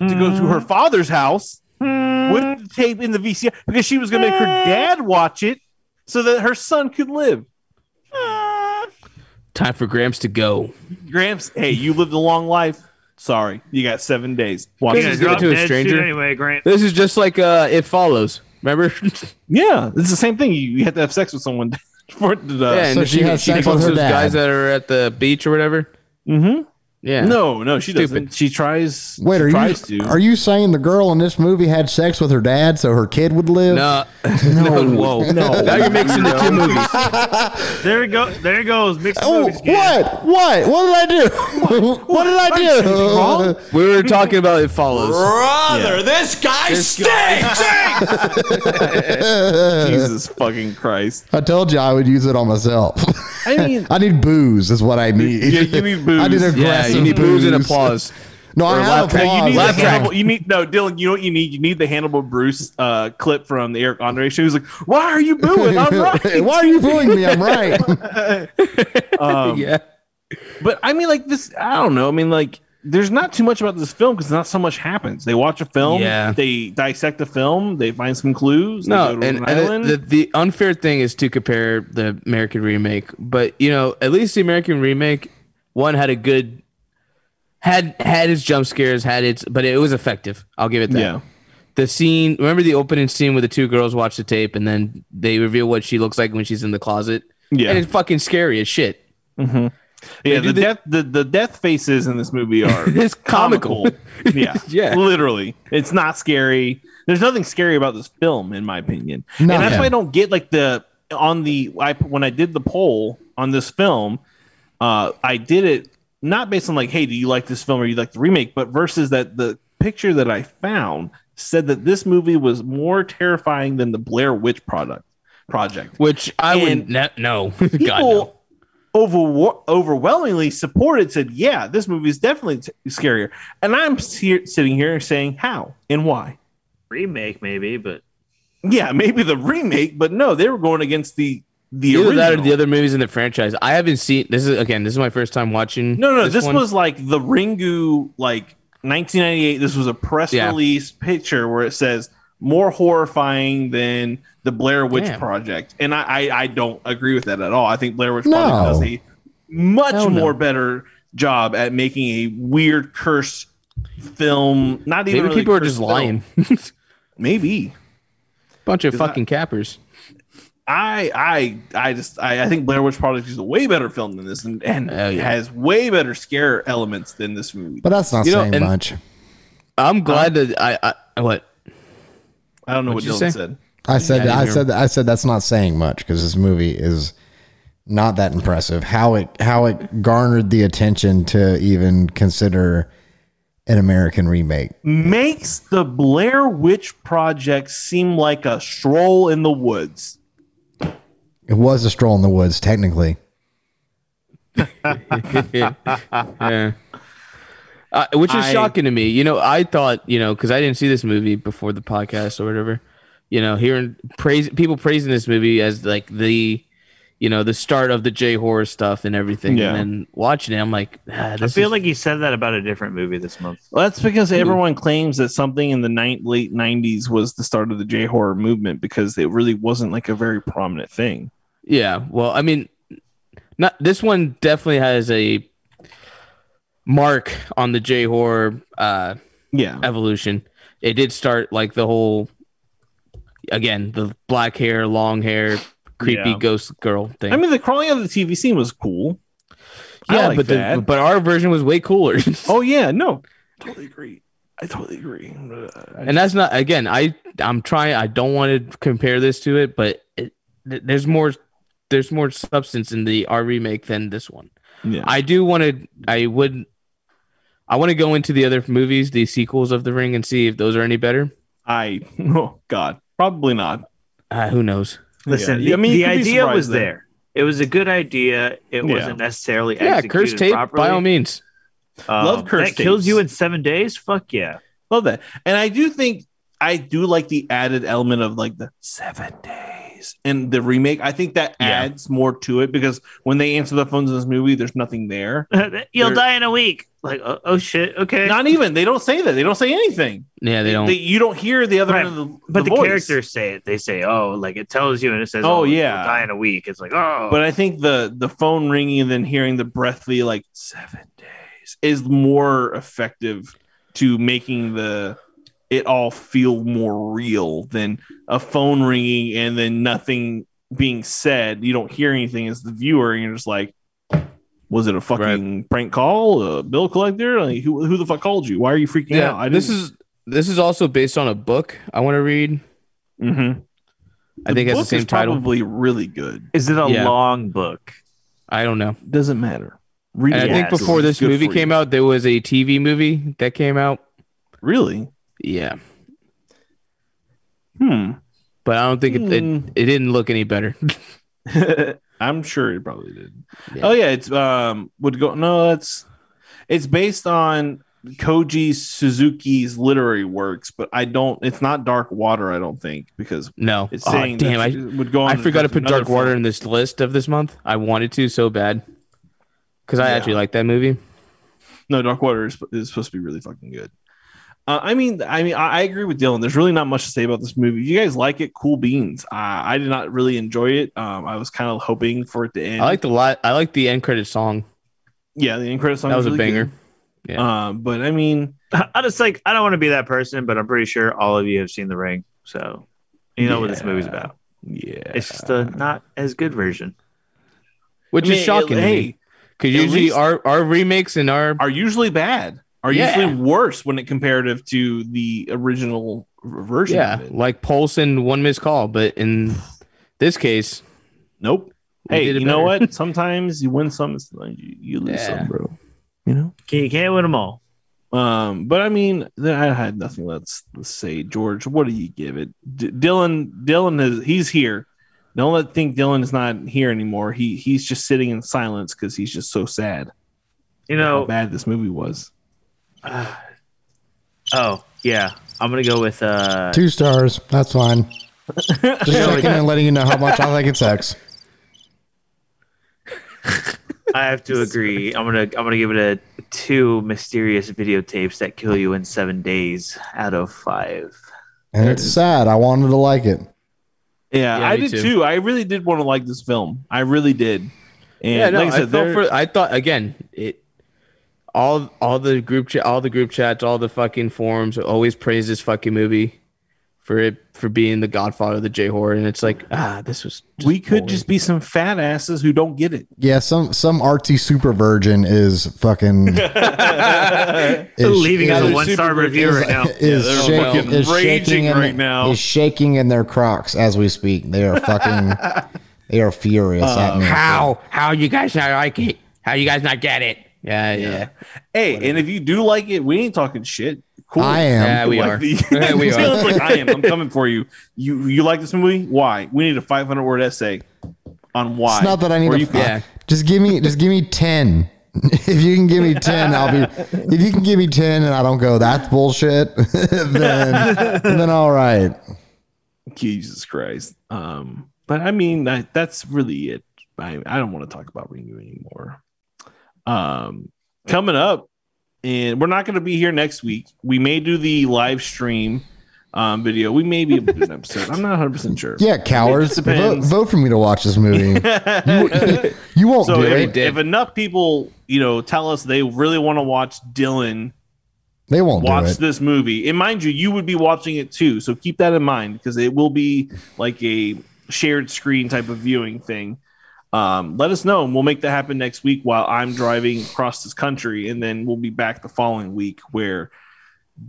S2: to go to her father's house with the tape in the VCR because she was going to make her dad watch it so that her son could live.
S3: Time for Gramps to go.
S2: Gramps, hey, you lived a long life. Sorry, you got seven days. Watch
S3: This
S5: You're
S3: is
S2: it.
S5: gonna drop
S3: good to a
S5: dead soon
S3: stranger.
S5: anyway, Grant.
S3: This is just like uh, it follows. Remember? [laughs]
S2: Yeah, it's the same thing. You, you have to have sex with someone [laughs] for it to die.
S4: so she has sex
S3: fucks
S4: with her
S3: those
S4: dad.
S3: guys that are at the beach or whatever.
S2: Mhm.
S3: Yeah.
S2: No, no, she
S3: Stupid.
S2: doesn't. She tries.
S4: Wait,
S2: she
S4: are you
S2: tries to.
S4: are you saying the girl in this movie had sex with her dad so her kid would live?
S3: No. [laughs] No. Whoa. No. Now you're mixing the two movies.
S5: There we go. There it goes. Mixed
S4: Oh,
S5: movies. Grant.
S4: what? What? What did I
S2: [laughs]
S4: do? What, did I do?
S2: wrong?
S3: We were talking about it follows.
S8: Brother, this guy stinks!
S2: Jesus fucking Christ!
S4: I told you I would use it on myself. [laughs]
S2: I mean,
S4: I need booze, is what I need.
S2: Yeah, you need booze.
S4: [laughs] I need
S2: Yeah,
S4: aggressive
S3: Yeah. You need booze and applause.
S4: No, I
S3: Or
S4: have
S3: laugh track.
S4: applause.
S2: You need, the
S3: Laugh track.
S2: Hannibal, you need no Dylan. You know what you need? You need the Hannibal Bruce uh, clip from the Eric Andre show. He's like, "Why are you booing? [laughs]
S4: [laughs]
S2: I'm right."
S4: Why are you booing me? I'm right. [laughs]
S2: Um,
S3: Yeah.
S2: But I mean, like this. I don't know. I mean, like there's not too much about this film because not so much happens. They watch a film.
S3: Yeah.
S2: They dissect the film. They find some clues. they
S3: No,
S2: go
S3: and,
S2: to
S3: and the, the, the unfair thing is to compare the American remake, but you know, at least the American remake one had a good had had its jump scares, had its, but it was effective. I'll give it that.
S2: Yeah.
S3: The scene, remember the opening scene where the two girls watch the tape and then they reveal what she looks like when she's in the closet.
S2: Yeah.
S3: and it's fucking scary as shit.
S2: yeah,
S3: do
S2: the,
S3: the-
S2: death the, the death faces in this
S3: [laughs]
S2: movie are
S3: It's comical. [laughs]
S2: yeah,
S3: Yeah.
S2: literally. It's not scary. There's nothing scary about this film, in my opinion, and that's
S4: Nothing.
S2: why I don't get like the on the I when I did the poll on this film, uh, I did it not based on like, hey, do you like this film or you like the remake, but versus that the picture that I found said that this movie was more terrifying than the Blair Witch product project.
S3: Which I
S2: And
S3: would not no. [laughs] God, no.
S2: People over, overwhelmingly supported said, "Yeah, this movie is definitely t- scarier." And I'm se- sitting here saying, "How and why?"
S5: remake maybe, but
S2: Yeah, maybe the remake, but no, they were going against the the
S3: Either
S2: original.
S3: that or the other movies in the franchise. I haven't seen this is again, this is my first time watching.
S2: No, no, this,
S3: one.
S2: was like the Ringu, like 1998. This was a press
S3: Yeah.
S2: release picture where it says more horrifying than the Blair Witch
S3: Damn.
S2: Project, and I, I, I don't agree with that at all. I think Blair Witch
S4: No.
S2: Project does a much
S3: Hell no.
S2: more better job at making a weird cursed film. Not even
S3: maybe
S2: really
S3: people are
S2: cursed
S3: just
S2: film.
S3: lying. [laughs]
S2: Maybe
S3: Bunch of
S2: Is that-
S3: fucking cappers.
S2: I I I just I, I think Blair Witch Project is a way better film than this, and, and
S3: Hell yeah.
S2: has way better scare elements than this movie.
S4: But that's not
S3: You know,
S4: saying
S3: and-
S4: much.
S3: I'm glad that I, I what
S2: I don't know
S3: What'd
S2: what
S3: you
S2: Dylan
S3: say?
S2: said.
S4: I said
S3: Yeah,
S4: I
S3: you're-
S4: said I said that's not saying much because this movie is not that impressive. How it how it garnered the attention to even consider an American remake.
S2: makes the Blair Witch Project seem like a stroll in the woods.
S4: It was a stroll in the woods, technically.
S3: yeah. Uh, which is
S2: I-
S3: shocking to me. You know, I thought, you know, because I didn't see this movie before the podcast or whatever. You know, hearing praise people praising this movie as like the, you know, the start of the J horror stuff and everything,
S2: Yeah.
S3: and then watching it, I'm like, ah,
S5: I
S3: this
S5: feel
S3: is-
S5: like you said that about a different movie this month.
S2: Well, that's because everyone claims that something in the ni- late 90s was the start of the J horror movement because it really wasn't like a very prominent thing.
S3: yeah. Well, I mean, not this one definitely has a mark on the J horror. Uh,
S2: Yeah.
S3: evolution. It did start like the whole again, the black hair, long hair, creepy
S2: Yeah.
S3: ghost girl thing.
S2: I mean, the crawling out of the TV scene was cool. I like
S3: but
S2: that.
S3: but our version was way cooler. [laughs]
S2: Oh, yeah. No, totally agree. I totally agree.
S3: and that's not again, I I'm trying I don't want to compare this to it, but it, th- there's more there's more substance in the R remake than this one.
S2: Yeah.
S3: I do want to I would I want to go into the other movies, the sequels of The Ring and see if those are any better.
S2: I, [laughs] oh, God. Probably not.
S3: Uh, who knows?
S5: Listen,
S2: Yeah.
S5: the,
S2: I mean,
S5: the
S2: you could be
S5: idea
S2: surprised
S5: was
S2: then.
S5: there. It was a good idea.
S2: Yeah.
S5: It wasn't necessarily
S3: Yeah,
S5: executed
S3: curse tape
S5: properly.
S3: by all means.
S5: Um,
S2: Love curse
S5: that kills
S2: tapes.
S5: you in seven days. Fuck yeah.
S2: Love that. And I do think I do like the added element of like the seven days and the remake. I think that
S3: Yeah.
S2: adds more to it because when they answer the phones in this movie, there's nothing there.
S5: [laughs] You'll
S2: They're-
S5: die in a week. Like, oh, oh shit. Okay.
S2: Not even they don't say that. They don't say anything.
S3: Yeah, they don't.
S2: you don't hear the other
S5: Right.
S2: end of the,
S5: but the,
S2: voice.
S5: characters say it. They say, "Oh, like it tells you," and it says,
S2: Oh,
S5: you'll
S2: yeah.
S5: die in a week." It's like, oh,
S2: But I think the the phone ringing and then hearing the breathy like seven days is more effective to making the it all feel more real than a phone ringing and then nothing being said. You don't hear anything as the viewer, and you're just like, was it a fucking prank call, a bill collector? Like, who who the fuck called you? Why are you freaking out? I
S3: this is this is also based on a book I want to read.
S2: Mhm.
S3: I think it has the
S2: book is
S3: same title.
S2: Probably really good.
S5: is it a
S3: yeah.
S5: long book?
S3: I don't know.
S2: Doesn't matter. Read
S3: And I
S2: it.
S3: think
S5: Yes.
S3: before
S2: It's
S3: this
S2: good
S3: movie
S2: for you.
S3: came out, there was a TV movie that came out.
S2: really.
S3: Yeah,
S2: Hmm.
S3: but I don't think it it,
S2: Hmm.
S3: it didn't look any better.
S2: [laughs] I'm sure it probably did.
S3: Yeah.
S2: Oh yeah, it's um would go no, it's it's based on Koji Suzuki's literary works, but I don't it's not Dark Water, I don't think, because
S3: No.
S2: it's
S3: Aw,
S2: saying
S3: Oh, damn,
S2: that
S3: I
S2: it would go on
S3: I forgot to put
S2: another
S3: Dark Water
S2: film.
S3: in this list of this month. I wanted to so bad because I
S2: Yeah.
S3: actually like that movie.
S2: No, Dark Water is, is supposed to be really fucking good. Uh, I mean, I mean, I, I agree with Dylan. There's really not much to say about this movie. If you guys like it, cool beans. Uh, I did not really enjoy it. Um, I was kind of hoping for it to end.
S3: I like the lot. I like the end credit song.
S2: yeah, the end credit song
S3: That was a
S2: really
S3: banger.
S2: good.
S3: Uh,
S2: Um, but I mean,
S5: [laughs] I just like I don't want to be that person, but I'm pretty sure all of you have seen The Ring, so you know what this
S2: Yeah.
S5: movie's about.
S2: yeah,
S5: It's just the not as good version.
S3: Which
S2: I mean,
S3: is shocking.
S2: it-
S3: to
S2: hey,
S3: me. because
S2: at
S3: usually
S2: least-
S3: our our remakes and our
S2: are usually bad, are
S3: Yeah.
S2: usually worse when it comparative to the original r- version.
S3: Yeah,
S2: of it.
S3: like Polson, one missed call. But in this case,
S2: Nope.
S3: We
S2: Hey, you
S3: did it
S2: know
S3: better. [laughs]
S2: what? Sometimes you win some, sometimes you, you lose
S3: Yeah.
S2: some, bro. You know.
S5: Can- You can't win them all.
S2: Um, but I mean, th- I had nothing. Let's, let's say, George, what do you give it? D- Dylan, Dylan is he's here. Don't let think Dylan is not here anymore. He he's just sitting in silence because he's just so sad.
S5: You
S2: How
S5: know,
S2: bad this movie was.
S5: oh yeah, I'm gonna go with uh,
S4: Two stars. That's fine. Just checking and letting you know how much I like it sucks.
S5: I have to agree. I'm gonna I'm gonna give it a two mysterious videotapes that kill you in seven days out of five.
S4: And it's sad. I wanted to like it.
S2: Yeah,
S3: Yeah,
S2: I
S3: me
S2: did
S3: too.
S2: too. I really did want to like this film. I really did. And
S3: yeah, no,
S2: like I
S3: I,
S2: said,
S3: felt
S2: there-
S3: for, I thought again it all all the group chat all the group chats all the fucking forums always praise this fucking movie for it for being the godfather of the J horror and it's like ah this was just
S2: we could
S3: boring.
S2: just be some fat asses who don't get it.
S4: Yeah, some some artsy super virgin is fucking is,
S5: Leaving us a
S4: is-
S5: one star review right now.
S4: [laughs] is,
S2: they're
S4: shak-
S2: fucking
S4: is shaking
S2: raging
S4: in,
S2: right now.
S4: Is shaking in their Crocs as we speak. They are
S2: [laughs]
S4: fucking. they are furious
S2: Uh,
S4: at me.
S3: how how you guys not like it how you guys not get it yeah yeah yeah,
S2: Hey, and if you do like it, we ain't talking shit. Cool.
S4: I am.
S3: we
S2: Like
S3: are
S2: the-
S3: [laughs] Yeah,
S2: [laughs]
S3: we are
S2: Dylan's like, I am. I'm coming for you. You you like this movie? Why? We need a 500 word essay on why.
S4: It's not that I need
S2: Or
S4: a
S2: you-
S4: f-
S3: yeah.
S4: [laughs] Just give me just give me ten. [laughs] If you can give me ten, I'll be. If you can give me ten and I don't go, that's bullshit. [laughs]
S2: [laughs]
S4: then, then all right.
S2: Jesus Christ. Um, but I mean that that's really it. I, I don't want to talk about Ringu anymore. Um, coming up, and we're not going to be here next week. We may do the live stream um, video. We may be able to do an episode. I'm not 100 percent sure. [laughs]
S4: Yeah, cowards. Vote,
S2: depends.
S4: vote for me to watch this movie. you, you won't
S2: So
S4: do
S3: already
S2: if,
S4: it.
S3: did.
S2: if enough people, you know, tell us they really want to watch Dylan
S4: They won't do
S2: watch
S4: it.
S2: this movie. And mind you, you would be watching it too. So keep that in mind because it will be like a shared screen type of viewing thing. Um, let us know and we'll make that happen next week while I'm driving across this country. And then we'll be back the following week where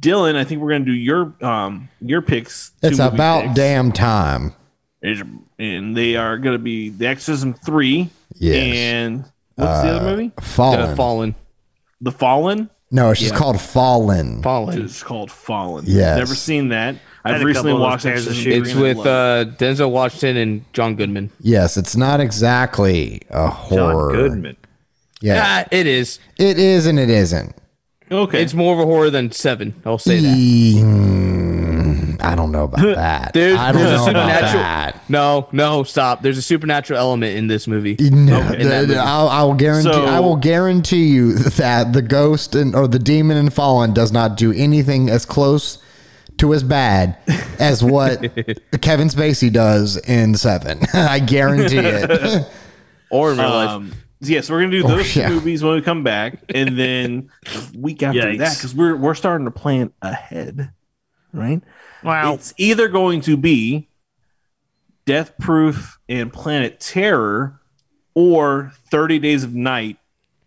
S2: Dylan, I think we're going to do your um, your picks. two
S4: It's
S2: movie
S4: about
S2: picks.
S4: damn time.
S2: It's- And they are going to be The Exorcism 3
S4: Yes.
S2: and what's the other movie?
S4: Fallen.
S3: Uh, fallen
S2: The Fallen.
S4: No, it's just called Fallen.
S3: fallen
S2: It's called Fallen.
S4: Yes.
S2: Never seen that.
S5: had
S2: I've
S5: a
S2: recently
S5: couple of
S2: watched
S5: those pairs of
S2: Exorcism
S5: shoes.
S2: Three
S3: it's
S2: and I
S3: with
S2: loved it.
S3: uh, Denzel Washington and John Goodman
S4: Yes, it's not exactly a horror. Yeah,
S3: ah, it is
S4: it is and it isn't.
S2: Okay.
S3: uh, It's more of a horror than Seven. I'll say that.
S4: Mm, I don't
S3: [laughs]
S4: know about that.
S3: There's,
S4: I don't
S3: there's
S4: know
S3: a
S4: about
S3: supernatural.
S4: that.
S3: No, no, stop. There's a supernatural element in this movie.
S4: No,
S3: in that
S4: the-
S3: movie.
S4: the- I'll, I'll guarantee.
S2: So-
S4: I will guarantee you that the ghost and or the demon in Fallen does not do anything as close to as bad as
S3: [laughs]
S4: what Kevin Spacey does in Seven. [laughs] I guarantee
S3: [laughs]
S4: it.
S3: Or in real life.
S2: um, yeah, so we're gonna
S3: oh,
S2: do those two
S4: yeah.
S2: movies when we come back, and
S3: [laughs]
S2: then the week after
S5: Yikes.
S2: that, because we're we're starting to plan ahead, right?
S5: Wow.
S2: It's either going to be Death Proof and Planet Terror, or Thirty Days of Night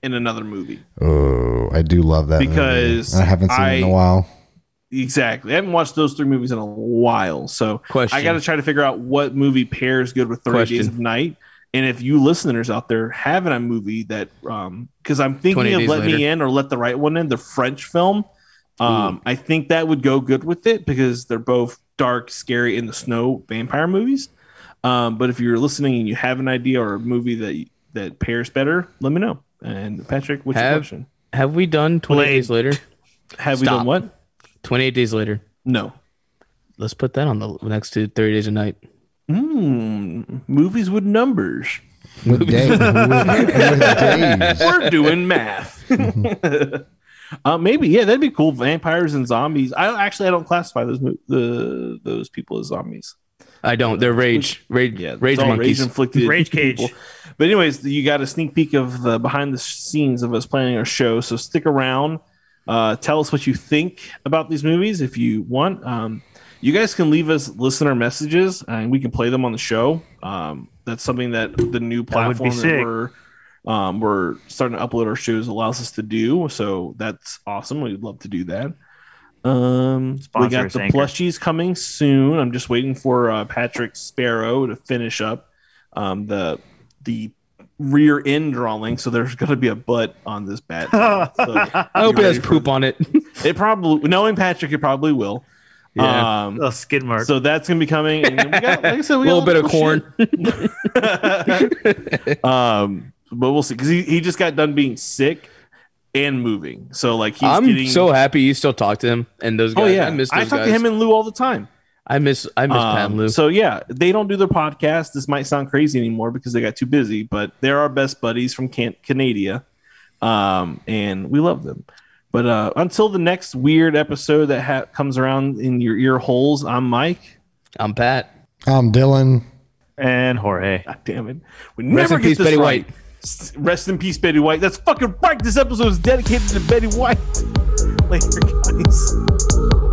S2: in another movie.
S4: oh, I do love that movie.
S2: Because
S4: I haven't seen it in
S2: I-
S4: a while.
S2: Exactly. I haven't watched those three movies in a while. So
S3: Question.
S2: I got to try to figure out what movie pairs good with 30 Days
S3: Question.
S2: of Night. And if you listeners out there having a movie that, um, because I'm
S3: 28
S2: thinking of
S3: Days
S2: Let Me
S3: Later.
S2: In or Let the Right One In, the French film, um, I think that would go good with it because they're both dark, scary, in the snow vampire movies. Um, but if you're listening and you have an idea or a movie that that pairs better, let me know. And Patrick, what's your
S3: Have-
S2: question?
S3: Have we done 28 Days Later?
S2: Have we
S3: Stop.
S2: done what?
S3: 28 Days Later.
S2: No.
S3: Let's put that on the next to 30 Days a Night.
S2: Mm, movies with numbers.
S4: With Dave, with, [laughs] with
S2: [laughs]
S4: Dave.
S2: We're doing math. uh, maybe yeah, that'd be cool. Vampires and zombies. I don't, actually I don't classify those mo- the those people as zombies.
S3: I don't. They're rage. Rage,
S2: Yeah, it's
S3: [laughs] rage
S2: all
S3: monkeys.
S2: rage inflicted
S5: Rage cage.
S2: But anyways, you got a sneak peek of the behind the scenes of us planning our show. So stick around. Uh, tell us what you think about these movies if you want. Um, you guys can leave us listener messages and we can play them on the show. Um, that's something that the new
S5: would be
S2: platform that,
S5: sick.
S2: we're um, we're starting to upload our shows allows us to do. So that's awesome. We'd love to do that. Um, we
S5: Sponsor
S2: got
S5: us,
S2: the
S5: Anchor.
S2: plushies coming soon. I'm just waiting for uh, Patrick Sparrow to finish up um, the the rear end drawing. So there's going to be a butt on this bat. So
S3: [laughs] I hope
S2: be
S3: it has
S2: ready for- [laughs]
S3: poop on it. [laughs]
S2: It probably knowing Patrick, it probably will.
S3: Yeah.
S2: Um,
S5: Oh, skid mark.
S2: so that's gonna be coming. And then we got, like I said,
S3: a
S2: we got
S3: little bit of
S2: cool shit.
S3: corn.
S2: [laughs] Um, but we'll see because he, he just got done being sick and moving. So like he's
S3: I'm
S2: getting,
S3: so happy you still talk to him and those guys.
S2: oh yeah,
S3: I miss
S2: I
S3: those
S2: talk
S3: guys.
S2: to him and Lou all the time.
S3: I miss I miss Pat and
S2: Um,
S3: Lou.
S2: So yeah, they don't do their podcast. This might sound crazy anymore because they got too busy, but they're our best buddies from Can- Canada, um, and we love them. But uh, until the next weird episode that ha- comes around in your ear holes, I'm Mike.
S3: I'm Pat.
S4: I'm Dylan.
S5: and Jorge.
S2: God damn it, we
S3: Rest
S2: never
S3: in
S2: get
S3: peace,
S2: this
S3: Betty
S2: right.
S3: White.
S2: S- Rest in peace, Betty White. [laughs] That's fucking right. This episode is dedicated to Betty White. Later, guys.